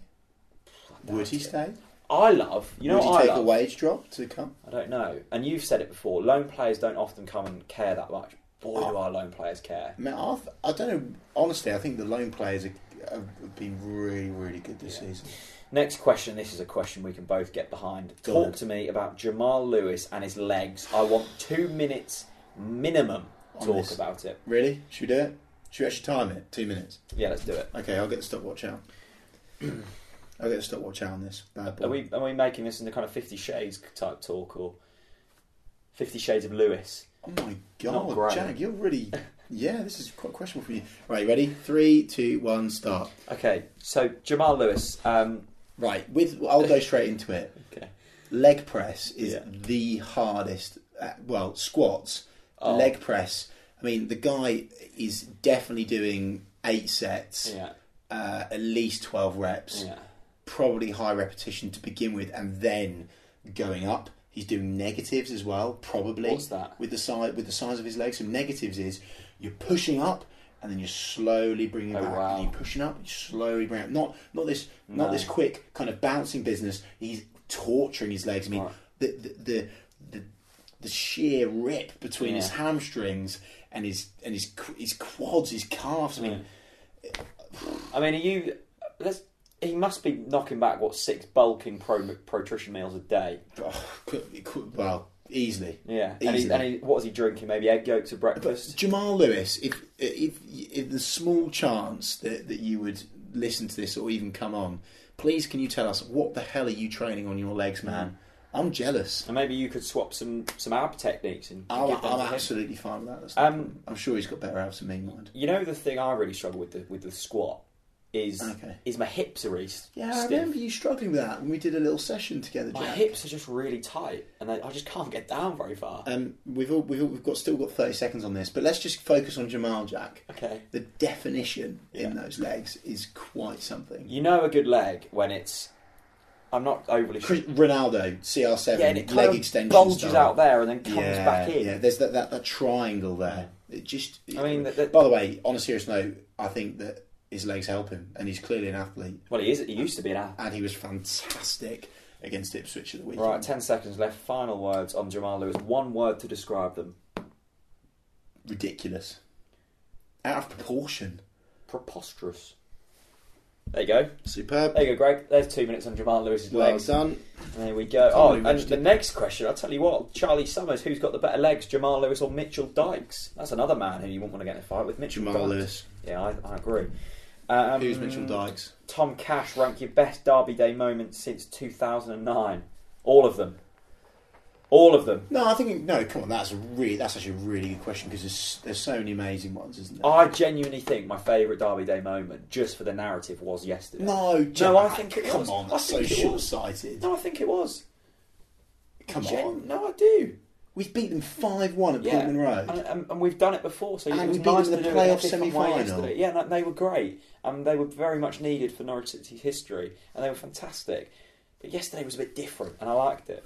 Speaker 2: Would he
Speaker 1: Doubt it.
Speaker 2: stay?
Speaker 1: I love. You know
Speaker 2: Would he
Speaker 1: what I
Speaker 2: take
Speaker 1: love?
Speaker 2: a wage drop to come?
Speaker 1: I don't know. And you've said it before. Lone players don't often come and care that much. Boy,
Speaker 2: Oh.
Speaker 1: do our lone players care.
Speaker 2: I, mean, I've, I don't know. Honestly, I think the loan players are, have been really, really good this
Speaker 1: Yeah.
Speaker 2: season.
Speaker 1: Next question. This is a question we can both get behind.
Speaker 2: Go
Speaker 1: Talk
Speaker 2: on.
Speaker 1: to me about Jamal Lewis and his legs. I want two minutes minimum.
Speaker 2: On
Speaker 1: Talk
Speaker 2: this.
Speaker 1: about it.
Speaker 2: Really? Should we do it? Should we actually time it? Two minutes.
Speaker 1: Yeah, let's do it.
Speaker 2: Okay, I'll get the stopwatch out. I'll get the stopwatch out on this bad boy.
Speaker 1: Are we are we making this into kind of Fifty Shades type talk or Fifty Shades of Lewis?
Speaker 2: Oh my
Speaker 1: Not great.
Speaker 2: god, Jag, you're really. Yeah, this is quite questionable for you. Right, ready? Three, two, one, start.
Speaker 1: Okay, so Jamal Lewis. Um,
Speaker 2: Right, with I'll go straight into it.
Speaker 1: okay.
Speaker 2: Leg press is
Speaker 1: Yeah.
Speaker 2: the hardest. Uh, well, squats,
Speaker 1: Oh.
Speaker 2: leg press. I mean, the guy is definitely doing eight sets,
Speaker 1: Yeah.
Speaker 2: uh, at least twelve reps,
Speaker 1: Yeah.
Speaker 2: probably high repetition to begin with, and then going up. He's doing negatives as well, probably.
Speaker 1: What's that?
Speaker 2: with the size with the size of his legs. So negatives is you're pushing up and then you're slowly bringing
Speaker 1: Oh,
Speaker 2: back.
Speaker 1: wow.
Speaker 2: You're pushing up, you slowly bring up. Not not this
Speaker 1: No.
Speaker 2: not this quick kind of bouncing business. He's torturing his legs. I mean
Speaker 1: Right.
Speaker 2: the, the the the the sheer rip between his
Speaker 1: Yeah.
Speaker 2: hamstrings and his and his qu- his quads, his calves. I mean,
Speaker 1: I mean, are you? Let's. He must be knocking back what six bulking pro, protrusion meals a day.
Speaker 2: oh, could- could- well, easily.
Speaker 1: Yeah, and, he,
Speaker 2: Easily.
Speaker 1: and he, what is he drinking? Maybe egg yolks for breakfast.
Speaker 2: Jamal Lewis, if if, if the small chance that, that you would listen to this or even come on, please can you tell us what the hell are you training on your legs, man? I'm jealous.
Speaker 1: And maybe you could swap some some ab techniques and
Speaker 2: I'm,
Speaker 1: give them
Speaker 2: I'm
Speaker 1: to him.
Speaker 2: absolutely fine with that. That's no
Speaker 1: Um,
Speaker 2: problem. I'm sure he's got better abs than me, mind.
Speaker 1: You know the thing I really struggle with the with the squat is
Speaker 2: Okay.
Speaker 1: is my hips are really
Speaker 2: Yeah, I
Speaker 1: stiff.
Speaker 2: remember you struggling with that when we did a little session together,
Speaker 1: My
Speaker 2: Jack.
Speaker 1: hips are just really tight, and they, I just can't get down very far.
Speaker 2: Um, we've all, we've, all, we've got still got 30 seconds on this, but let's just focus on Jamal Jack.
Speaker 1: Okay.
Speaker 2: The definition in
Speaker 1: Yeah.
Speaker 2: those legs is quite something.
Speaker 1: You know a good leg when it's. I'm not overly sure.
Speaker 2: Chris, Ronaldo, CR7,
Speaker 1: Yeah, and it kind
Speaker 2: leg
Speaker 1: of
Speaker 2: extension.
Speaker 1: bulges
Speaker 2: style.
Speaker 1: out there and then comes back in.
Speaker 2: Yeah, there's that, that, that triangle there. It just.
Speaker 1: I mean, that- that-
Speaker 2: by the way, on a serious note, I think that his legs help him, and he's clearly an athlete,
Speaker 1: Well, he is. He used to be an athlete.
Speaker 2: and he was fantastic against Ipswich at the weekend.
Speaker 1: Right, ten seconds left. Final words on Jamal Lewis. One word to describe them:
Speaker 2: Ridiculous. Out of proportion.
Speaker 1: preposterous. There you go.
Speaker 2: Superb.
Speaker 1: There you go, Greg. There's two minutes on Jamal Lewis's
Speaker 2: well
Speaker 1: legs.
Speaker 2: done.
Speaker 1: There we go.
Speaker 2: Can't
Speaker 1: Oh,
Speaker 2: believe we
Speaker 1: and
Speaker 2: just
Speaker 1: the
Speaker 2: did
Speaker 1: next question, I'll tell you what, Charlie Summers, who's got the better legs, Jamal Lewis or Mitchell Dykes? That's another man who you wouldn't want to get in a fight with, Mitchell
Speaker 2: Jamal
Speaker 1: Dykes.
Speaker 2: Lewis.
Speaker 1: Yeah, I, I agree. Um,
Speaker 2: Who's Mitchell Dykes?
Speaker 1: Tom Cash, rank your best Derby Day moments since 2009. All of them. All of them.
Speaker 2: No, I think no. Come on, that's a really that's actually a really good question because there's, there's so many amazing ones, isn't there?
Speaker 1: I genuinely think my favourite Derby Day moment, just for the narrative, was yesterday.
Speaker 2: no,
Speaker 1: No, I think it
Speaker 2: come
Speaker 1: was.
Speaker 2: on,
Speaker 1: I
Speaker 2: that's so
Speaker 1: think it was.
Speaker 2: short-sighted.
Speaker 1: No, I think it was.
Speaker 2: Come
Speaker 1: Gen-
Speaker 2: on,
Speaker 1: No, I do.
Speaker 2: we beat them five-one at
Speaker 1: Yeah.
Speaker 2: Portman
Speaker 1: And,
Speaker 2: Road.
Speaker 1: um, and, and we've done it before, so
Speaker 2: And
Speaker 1: it was
Speaker 2: we beat them
Speaker 1: nice
Speaker 2: in
Speaker 1: to
Speaker 2: the
Speaker 1: do it in a
Speaker 2: playoff
Speaker 1: different way
Speaker 2: semi-final.
Speaker 1: yesterday. Yeah, no, they were great, and they were very much needed for Norwich City's history, and they were fantastic. But yesterday was a bit different, and I liked it.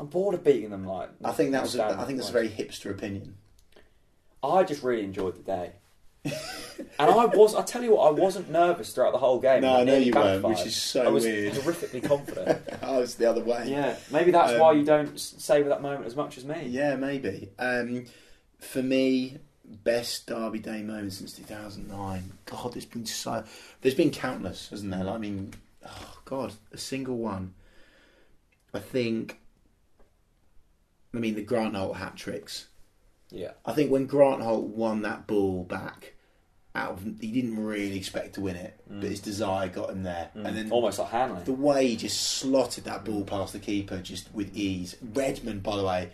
Speaker 1: I'm bored of beating them like.
Speaker 2: I think that was. A, I think
Speaker 1: standard-wise.
Speaker 2: that's a very hipster opinion.
Speaker 1: I just really enjoyed the day. and I was, I tell you what, I wasn't nervous throughout the whole game.
Speaker 2: No, I
Speaker 1: It
Speaker 2: know
Speaker 1: nearly
Speaker 2: you weren't,
Speaker 1: backfired.
Speaker 2: which is so
Speaker 1: I was
Speaker 2: weird.
Speaker 1: horrifically confident.
Speaker 2: oh, it's the other way.
Speaker 1: yeah, maybe that's
Speaker 2: Um,
Speaker 1: why you don't s- savour that moment as much as me.
Speaker 2: Yeah, maybe. Um, for me, best Derby Day moment since 2009. God, there's been so. There's been countless, hasn't there? Like, I mean, oh God, a single one. I think. I mean, the Grant Holt hat tricks.
Speaker 1: yeah,
Speaker 2: I think when Grant Holt won that ball back, out of, he didn't really expect to win it, but his desire got him there. And then
Speaker 1: almost like Hanley.
Speaker 2: the way he just slotted that
Speaker 1: Mm.
Speaker 2: ball past the keeper just with ease. Redmond, by the way,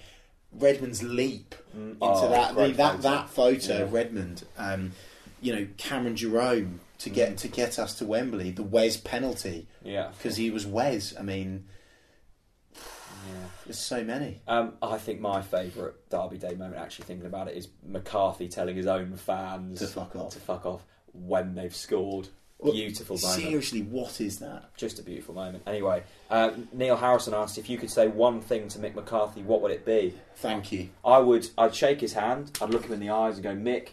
Speaker 2: Redmond's leap into
Speaker 1: Oh,
Speaker 2: that
Speaker 1: great
Speaker 2: that
Speaker 1: photo.
Speaker 2: that photo of
Speaker 1: Yeah.
Speaker 2: Redmond. Um, you know Cameron Jerome to
Speaker 1: Mm.
Speaker 2: get to get us to Wembley. The Wes penalty
Speaker 1: yeah,
Speaker 2: because he was Wes. I mean,
Speaker 1: yeah.
Speaker 2: there's so many.
Speaker 1: Um, I think my favourite Derby Day moment, actually thinking about it, is McCarthy telling his own fans
Speaker 2: To fuck off.
Speaker 1: to fuck off when they've scored.
Speaker 2: Well,
Speaker 1: Beautiful moment,
Speaker 2: Seriously, what is that?
Speaker 1: just a beautiful moment. Anyway, uh, Neil Harrison asked if you could say one thing to Mick McCarthy, what would it be?
Speaker 2: Thank you.
Speaker 1: I would, I'd shake his hand, I'd look him in the eyes and go, Mick,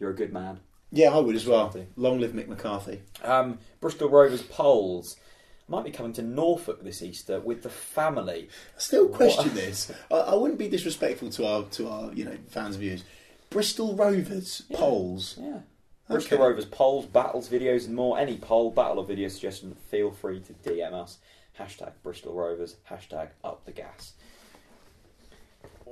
Speaker 1: you're a good man.
Speaker 2: Yeah, I would as well.
Speaker 1: McCarthy.
Speaker 2: Long live Mick McCarthy.
Speaker 1: Um, Bristol Rovers polls might be coming to Norfolk this Easter with the family.
Speaker 2: I still question this. I, I wouldn't be disrespectful to our to our you know fans and viewers. Bristol Rovers polls.
Speaker 1: Yeah. Bristol
Speaker 2: Okay.
Speaker 1: Rovers polls, battles, videos, and more. Any poll, battle, or video suggestion, feel free to DM us. Hashtag Bristol Rovers, hashtag up the gas.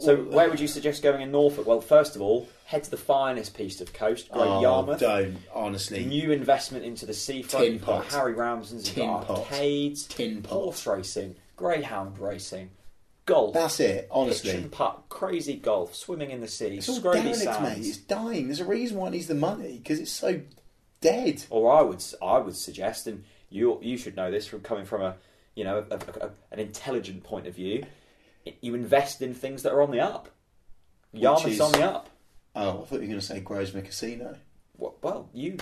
Speaker 1: So, where would you suggest going in Norfolk? Well, first of all, head to the finest piece of coast, Great
Speaker 2: Oh,
Speaker 1: Yarmouth.
Speaker 2: Don't honestly.
Speaker 1: New investment into the seafront.
Speaker 2: Tin
Speaker 1: You've got
Speaker 2: pot.
Speaker 1: Harry Ramsden's, you've
Speaker 2: Tin
Speaker 1: got
Speaker 2: pot.
Speaker 1: arcades,
Speaker 2: Tin pot.
Speaker 1: horse racing, greyhound racing, golf,
Speaker 2: That's it.
Speaker 1: pitch
Speaker 2: Honestly,
Speaker 1: and putt, crazy golf, swimming in the sea,
Speaker 2: it's all
Speaker 1: scrubby
Speaker 2: derelict, mate.
Speaker 1: sands.
Speaker 2: It's dying. There's a reason why it needs the money because it's so dead.
Speaker 1: or I would I would suggest, and you you should know this from coming from a you know a, a, a- an intelligent point of view, you invest in things that are on the up. Yarmouth's
Speaker 2: is-
Speaker 1: on the up.
Speaker 2: Oh, I thought you were going to say Grosvenor Casino.
Speaker 1: Well, well, you,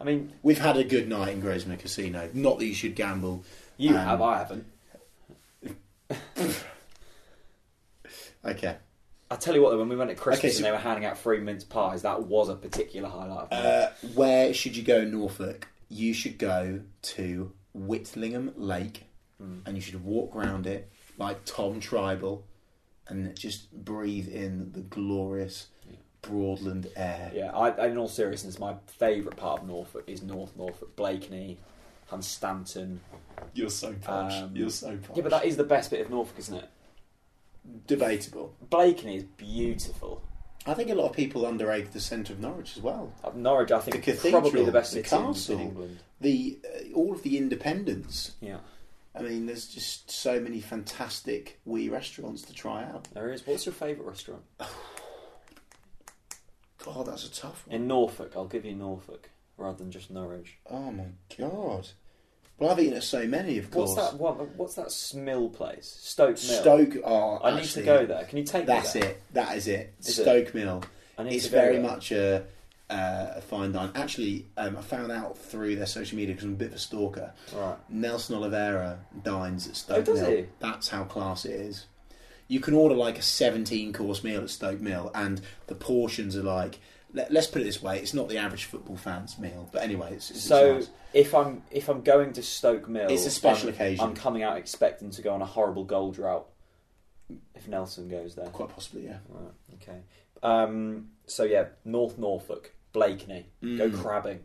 Speaker 1: I mean,
Speaker 2: We've had a good night in Grosvenor Casino. Not that you should gamble.
Speaker 1: you
Speaker 2: Um,
Speaker 1: have, I haven't.
Speaker 2: Okay.
Speaker 1: I tell you what, though, when we went at Christmas
Speaker 2: Okay, so-
Speaker 1: and they were handing out free mince pies, that was a particular highlight. Of mine.
Speaker 2: Uh, where should you go in Norfolk? You should go to Whitlingham Lake
Speaker 1: Hmm.
Speaker 2: and you should walk round it like Tom Tribal and just breathe in the glorious broadland air.
Speaker 1: yeah, I, in all seriousness, my favourite part of Norfolk is North Norfolk, Blakeney, Hunstanton.
Speaker 2: Oh, You're so
Speaker 1: Um,
Speaker 2: so posh.
Speaker 1: Yeah, but that is the best bit of Norfolk, isn't it?
Speaker 2: debatable.
Speaker 1: Blakeney is beautiful.
Speaker 2: I think a lot of people underrate the centre of Norwich as well.
Speaker 1: Uh, Norwich, I
Speaker 2: The
Speaker 1: think, is
Speaker 2: cathedral,
Speaker 1: probably the best
Speaker 2: the
Speaker 1: city in-
Speaker 2: castle.
Speaker 1: in England.
Speaker 2: The uh, all of the independents.
Speaker 1: Yeah,
Speaker 2: I mean, there's just so many fantastic wee restaurants to try out.
Speaker 1: there is. What's your favourite restaurant
Speaker 2: God, that's a tough one.
Speaker 1: in Norfolk? I'll give you Norfolk rather than just Norwich.
Speaker 2: Oh my god! Well, I've eaten at so many, of course.
Speaker 1: What's that? What, what's that Smill place? Stoke Mill.
Speaker 2: Stoke. Oh,
Speaker 1: I need
Speaker 2: actually,
Speaker 1: to go there. Can you take
Speaker 2: That's
Speaker 1: me there?
Speaker 2: it. That is it.
Speaker 1: Is it?
Speaker 2: Stoke Mill.
Speaker 1: I need
Speaker 2: It's
Speaker 1: to go
Speaker 2: very
Speaker 1: there.
Speaker 2: much a, uh, a fine dine. Actually, um, I found out through their social media because I'm a bit of a stalker.
Speaker 1: All right.
Speaker 2: Nelson Oliveira dines at Stoke
Speaker 1: Oh, does
Speaker 2: Mill.
Speaker 1: he?
Speaker 2: That's how class it is. You can order like a 17 course meal at Stoke Mill, and the portions are like, let, us put it this way, it's not the average football fan's meal. But anyway, it's, it's
Speaker 1: So
Speaker 2: nice.
Speaker 1: if I'm if I'm going to Stoke Mill,
Speaker 2: It's a special
Speaker 1: I'm-
Speaker 2: occasion.
Speaker 1: I'm coming out expecting to go on a horrible goal drought. If Nelson goes there,
Speaker 2: quite possibly, yeah.
Speaker 1: right, okay. Um, so yeah, North Norfolk, Blakeney, go crabbing.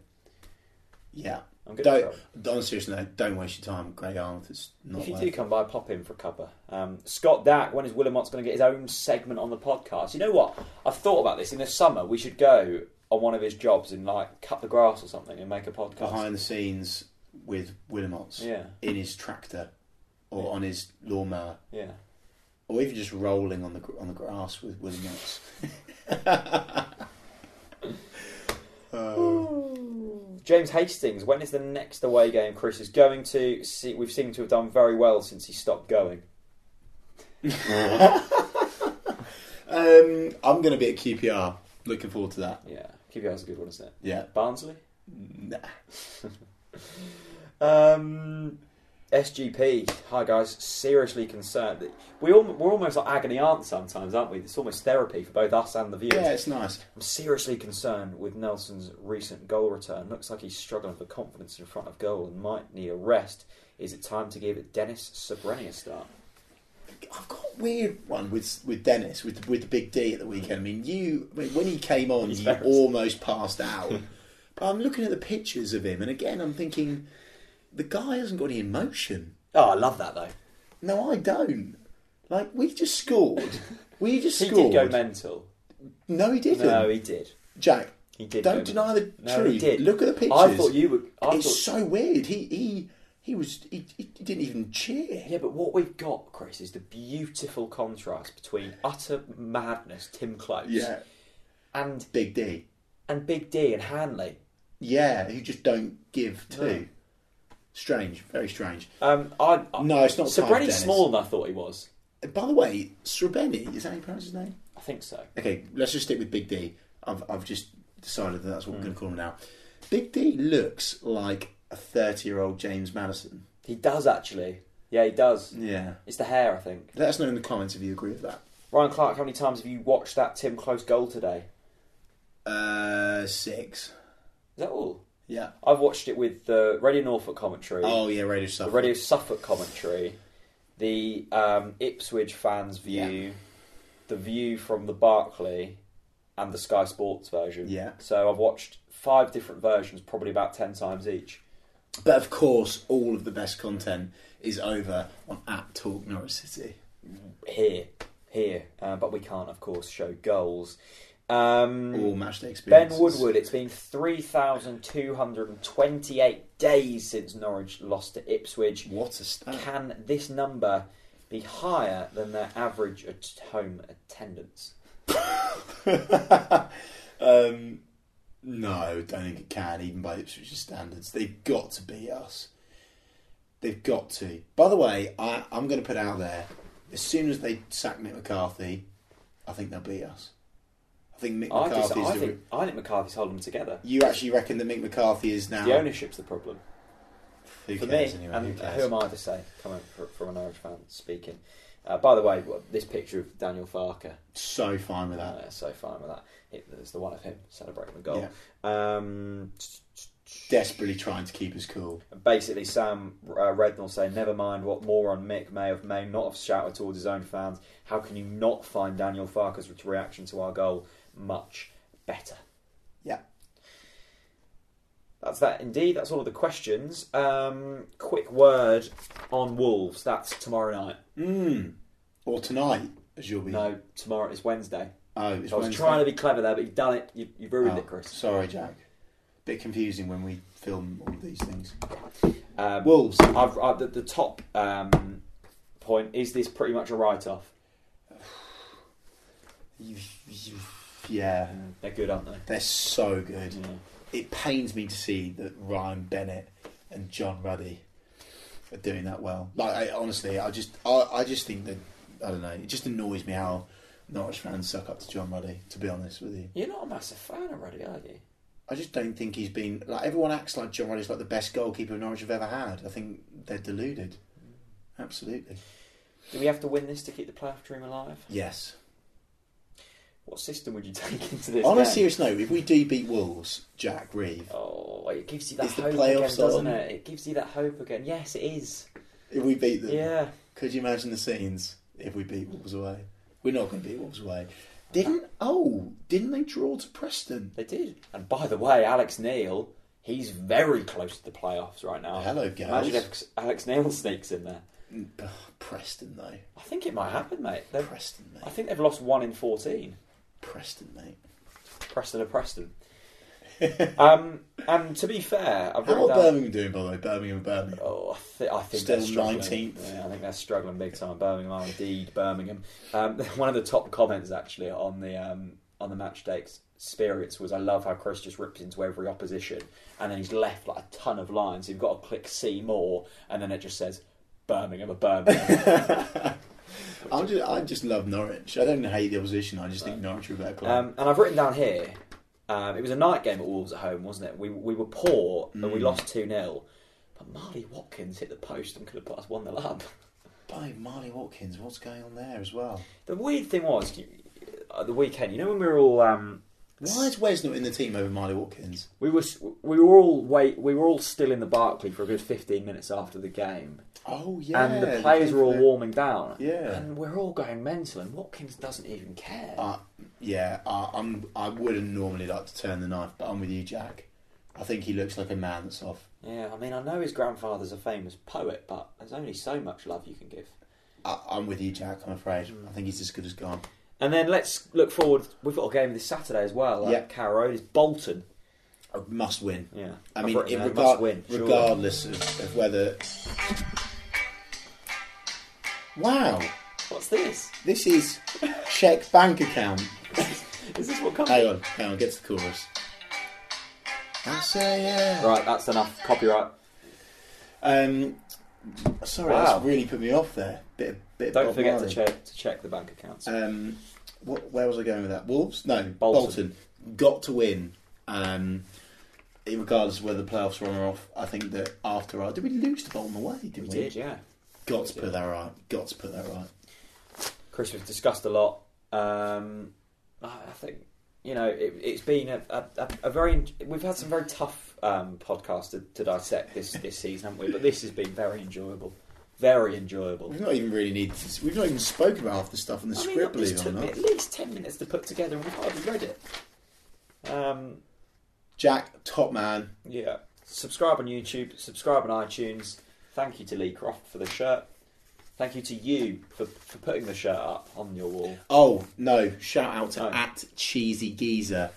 Speaker 2: Yeah.
Speaker 1: I'm good. at
Speaker 2: Mm. Don't,
Speaker 1: crabbing.
Speaker 2: on a serious note, don't waste your time. Grey Arnold It's not
Speaker 1: If you
Speaker 2: worth
Speaker 1: do come by, pop in for a cuppa. Um, Scott Dack, when is Willamott's going to get his own segment on the podcast? You know what? I've thought about this. In the summer, we should go on one of his jobs and like cut the grass or something and make a podcast.
Speaker 2: behind the scenes with Willamots
Speaker 1: Yeah,
Speaker 2: in his tractor or
Speaker 1: Yeah.
Speaker 2: on his lawnmower.
Speaker 1: yeah.
Speaker 2: or even just rolling on the gr- on the grass with with nuts. uh,
Speaker 1: James Hastings, when is the next away game Chris is going to? See, we've seemed to have done very well since he stopped going.
Speaker 2: um, I'm going to be at QPR. Looking forward to that.
Speaker 1: Yeah, QPR's a good one, isn't it?
Speaker 2: Yeah.
Speaker 1: Barnsley?
Speaker 2: Nah.
Speaker 1: Um, SGP. Hi guys, seriously concerned. that- We all, we're almost like agony aunt sometimes, aren't we? It's almost therapy for both us and the viewers.
Speaker 2: Yeah, it's nice.
Speaker 1: I'm seriously concerned with Nelson's recent goal return. Looks like he's struggling for confidence in front of goal and might need a rest. Is it time to give Dennis Sabreni a start?
Speaker 2: I've got a weird one with with Dennis with the, with the big D at the weekend. I mean, you I mean, when he came on,
Speaker 1: He's
Speaker 2: you
Speaker 1: embarrassed.
Speaker 2: almost passed out. but I'm looking at the pictures of him, and again, I'm thinking the guy hasn't got any emotion.
Speaker 1: Oh, I love that though.
Speaker 2: No, I don't. Like we just scored. We just
Speaker 1: He
Speaker 2: scored.
Speaker 1: did go mental.
Speaker 2: no, he didn't.
Speaker 1: No, he did.
Speaker 2: Jack,
Speaker 1: He did.
Speaker 2: Don't
Speaker 1: go mental.
Speaker 2: deny the
Speaker 1: no, He
Speaker 2: truth.
Speaker 1: did.
Speaker 2: Look at the pictures.
Speaker 1: I thought you were. I
Speaker 2: it's
Speaker 1: thought,
Speaker 2: so weird. He he he was he, he didn't even cheer.
Speaker 1: Yeah, but what we've got, Chris, is the beautiful contrast between utter madness, Tim Close, and
Speaker 2: Big D.
Speaker 1: and Big D and Hanley.
Speaker 2: Yeah, who just don't give to. Strange, very strange.
Speaker 1: Um, I, I
Speaker 2: No, it's not time,
Speaker 1: Sabrini's
Speaker 2: Dennis.
Speaker 1: smaller than I thought he was.
Speaker 2: By the way, Srebeni, is that how you pronounce his name?
Speaker 1: I think so.
Speaker 2: Okay, let's just stick with Big D. I've, I've just decided that that's what we're
Speaker 1: Hmm.
Speaker 2: going to call him now. Big D looks like a 30 year old James Madison.
Speaker 1: He does actually. Yeah, he does.
Speaker 2: Yeah.
Speaker 1: It's the hair, I think.
Speaker 2: Let us know in the comments if you agree with that.
Speaker 1: Ryan Clark, how many times have you watched that Tim Close goal today?
Speaker 2: Uh, six.
Speaker 1: Is that all?
Speaker 2: Yeah.
Speaker 1: I've watched it with the Radio Norfolk commentary,
Speaker 2: Oh, yeah, Radio
Speaker 1: the
Speaker 2: Suffolk.
Speaker 1: Radio Suffolk commentary, the um, Ipswich fans' view, the view from the Barclay, and the Sky Sports version.
Speaker 2: Yeah.
Speaker 1: So I've watched five different versions, probably about ten times each.
Speaker 2: But of course, all of the best content is over on at Talk Norwich City.
Speaker 1: Here, here, uh, but we can't, of course, show goals. Um,
Speaker 2: All matchday experience.
Speaker 1: Ben Woodward, it's been 3,228 days since Norwich lost to Ipswich.
Speaker 2: What a stat.
Speaker 1: Can this number be higher than their average at home attendance?
Speaker 2: Um, no, don't think it can, even by Ipswich's standards. They've got to beat us. They've got to. By the way, I, I'm going to put out there as soon as they sack Mick McCarthy, I think they'll beat us. I think Mick
Speaker 1: I, just,
Speaker 2: McCarthy is
Speaker 1: I,
Speaker 2: the.
Speaker 1: think, I think McCarthy's holding them together.
Speaker 2: you actually reckon that Mick McCarthy is now.
Speaker 1: The ownership's the problem.
Speaker 2: Who
Speaker 1: for
Speaker 2: cares
Speaker 1: me,
Speaker 2: anyway?
Speaker 1: and
Speaker 2: who
Speaker 1: who,
Speaker 2: cares?
Speaker 1: am I to say, coming fr- from an Irish fan speaking? Uh, by the way, what- this picture of Daniel Farker,
Speaker 2: so fine with that.
Speaker 1: uh, so fine with that. It, there's the one of him celebrating the goal.
Speaker 2: Yeah.
Speaker 1: Um,
Speaker 2: Desperately trying to keep us cool.
Speaker 1: Basically, Sam uh, Rednall saying, "Never mind what moron Mick may have may not have shouted towards his own fans. How can you not find Daniel Farker's reaction to our goal much better?"
Speaker 2: Yeah.
Speaker 1: That's that. Indeed, that's all of the questions. Um, quick word on Wolves. That's tomorrow night.
Speaker 2: Mm. Or tonight, as you'll be.
Speaker 1: No, tomorrow is Wednesday.
Speaker 2: Oh, it's
Speaker 1: I was
Speaker 2: Wednesday.
Speaker 1: trying to be clever there, but you've done it. You, you've ruined
Speaker 2: Oh,
Speaker 1: it, Chris.
Speaker 2: Sorry, Jack. Bit confusing when we film all these things.
Speaker 1: Um,
Speaker 2: Wolves.
Speaker 1: I've, i the, the top um, point is this pretty much a write-off.
Speaker 2: You- you- Yeah,
Speaker 1: They're good, aren't they?
Speaker 2: they're so good.
Speaker 1: Yeah.
Speaker 2: It pains me to see that Ryan Bennett and John Ruddy are doing that well. Like, I, honestly, I just, I, I just think that I don't know. It just annoys me how Norwich fans suck up to John Ruddy. To be honest with you,
Speaker 1: You're not a massive fan already, are you?
Speaker 2: I just don't think he's been like everyone acts like John Ruddy's like the best goalkeeper Norwich have ever had. I think they're deluded. Absolutely.
Speaker 1: Do we have to win this to keep the playoff dream alive?
Speaker 2: Yes.
Speaker 1: What system would you take into this?
Speaker 2: On a
Speaker 1: game?
Speaker 2: serious note, if we do beat Wolves, Jack Reeve,
Speaker 1: Oh, it gives you that
Speaker 2: Is the
Speaker 1: hope again,
Speaker 2: playoffs
Speaker 1: doesn't
Speaker 2: on?
Speaker 1: it? It gives you that hope again. Yes, it is.
Speaker 2: if we beat them,
Speaker 1: Yeah.
Speaker 2: could you imagine the scenes if we beat Wolves away? We're not going to beat Wolves away. Didn't oh? Didn't they draw to Preston?
Speaker 1: They did. And by the way, Alex Neil, he's very close to the playoffs right now.
Speaker 2: Hello,
Speaker 1: Oh, Imagine
Speaker 2: guys.
Speaker 1: if Alex Neil sneaks in there.
Speaker 2: Ugh, Preston though.
Speaker 1: I think it might happen, mate. They've-
Speaker 2: Preston,
Speaker 1: I
Speaker 2: mate.
Speaker 1: think they've lost one in 14.
Speaker 2: Preston, mate.
Speaker 1: Preston and Preston. Um, and to be fair, I've
Speaker 2: How
Speaker 1: written
Speaker 2: are
Speaker 1: down-
Speaker 2: Birmingham doing, by the way? Birmingham and Birmingham.
Speaker 1: Oh, I, th- I think
Speaker 2: Still
Speaker 1: they're struggling.
Speaker 2: 19th.
Speaker 1: Yeah, I think they're struggling big time. Birmingham are indeed Birmingham. Um, one of the top comments actually on the um, on the match day experience was, "I love how Chris just rips into every opposition, and then he's left like a ton of lines. You've got to click see more, and then it just says Birmingham or Birmingham." Oh,
Speaker 2: I'm just, I just love Norwich. I don't hate the opposition. I just think Norwich are a better club.
Speaker 1: um, and I've written down here. Um, it was a night game at Wolves at home, wasn't it? We we were poor and we lost two 0 but Marley Watkins hit the post and could have put us one 0 up.
Speaker 2: By Marley Watkins, what's going on there as well?
Speaker 1: The weird thing was you, uh, the weekend. You know when we were all um,
Speaker 2: Why is Wes not in the team over Marley Watkins?
Speaker 1: we were s- we were all wait we were all still in the Barclay for a good fifteen minutes after the game,
Speaker 2: Oh yeah,
Speaker 1: and the players were all warming down.
Speaker 2: Yeah.
Speaker 1: and we're all going mental, and Watkins doesn't even care.
Speaker 2: Uh, yeah, I, I'm. I wouldn't normally like to turn the knife, but I'm with you, Jack. I think he looks like a man that's off.
Speaker 1: yeah, I mean I know his grandfather's a famous poet, but there's only so much love you can give.
Speaker 2: I, I'm with you, Jack. I'm afraid.
Speaker 1: Mm.
Speaker 2: I think he's as good as gone.
Speaker 1: And then let's look forward. We've got a game this Saturday as well.
Speaker 2: Yeah.
Speaker 1: At Carrow Road is Bolton.
Speaker 2: A must win.
Speaker 1: Yeah,
Speaker 2: I
Speaker 1: I've
Speaker 2: mean,
Speaker 1: written
Speaker 2: it,
Speaker 1: down,
Speaker 2: regard,
Speaker 1: must win. surely.
Speaker 2: regardless of, of whether. Wow,
Speaker 1: What's this?
Speaker 2: this is check bank account.
Speaker 1: Is this what comes?
Speaker 2: Hang on, hang on, get to the chorus. I say yeah.
Speaker 1: Right, that's enough. Copyright.
Speaker 2: Um, sorry,
Speaker 1: Wow.
Speaker 2: that's really put me off there. Bit, of- bit. of
Speaker 1: Don't
Speaker 2: Bob
Speaker 1: forget
Speaker 2: Marley.
Speaker 1: to check to check the bank accounts.
Speaker 2: Um, what, where was I going with that? Wolves? No, Bolton.
Speaker 1: Bolton.
Speaker 2: Got to win. Um, regardless of whether the playoffs are on or off, I think that after our did we lose to Bolton away? Did we?
Speaker 1: we did, yeah.
Speaker 2: Got to put that right. Got to put that right.
Speaker 1: Chris was discussed a lot. Um, I I think you know it, it's been a, a, a- a very we've had some very tough um, podcasts to, to dissect this this season, haven't we? But this has been very enjoyable, very enjoyable.
Speaker 2: We've not even really needed. To, we've not even spoken about half the stuff on the
Speaker 1: I mean,
Speaker 2: script.
Speaker 1: look, this
Speaker 2: Believe it or
Speaker 1: took me at
Speaker 2: not,
Speaker 1: least ten minutes to put together, and we've hardly read it. Um,
Speaker 2: Jack, top man.
Speaker 1: yeah, subscribe on YouTube, subscribe on iTunes. Thank you to Lee Croft for the shirt. Thank you to you for, for putting the shirt up on your wall.
Speaker 2: Oh no! Shout out to
Speaker 1: No.
Speaker 2: at Cheesy Geezer,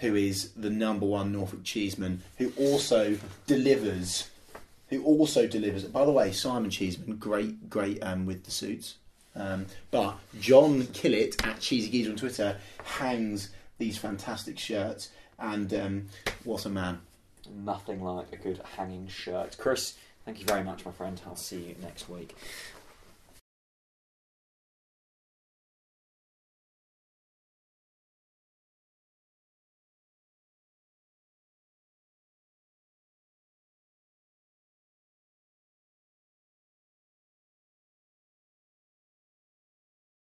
Speaker 2: who is the number one Norfolk cheeseman, who also delivers. Who also delivers. By the way, Simon Cheeseman, great, great um, with the suits. Um, but John Killett at Cheesy Geezer on Twitter hangs these fantastic shirts, and um, what a man!
Speaker 1: Nothing like a good hanging shirt. Chris, thank you very much, my friend. I'll see you next week.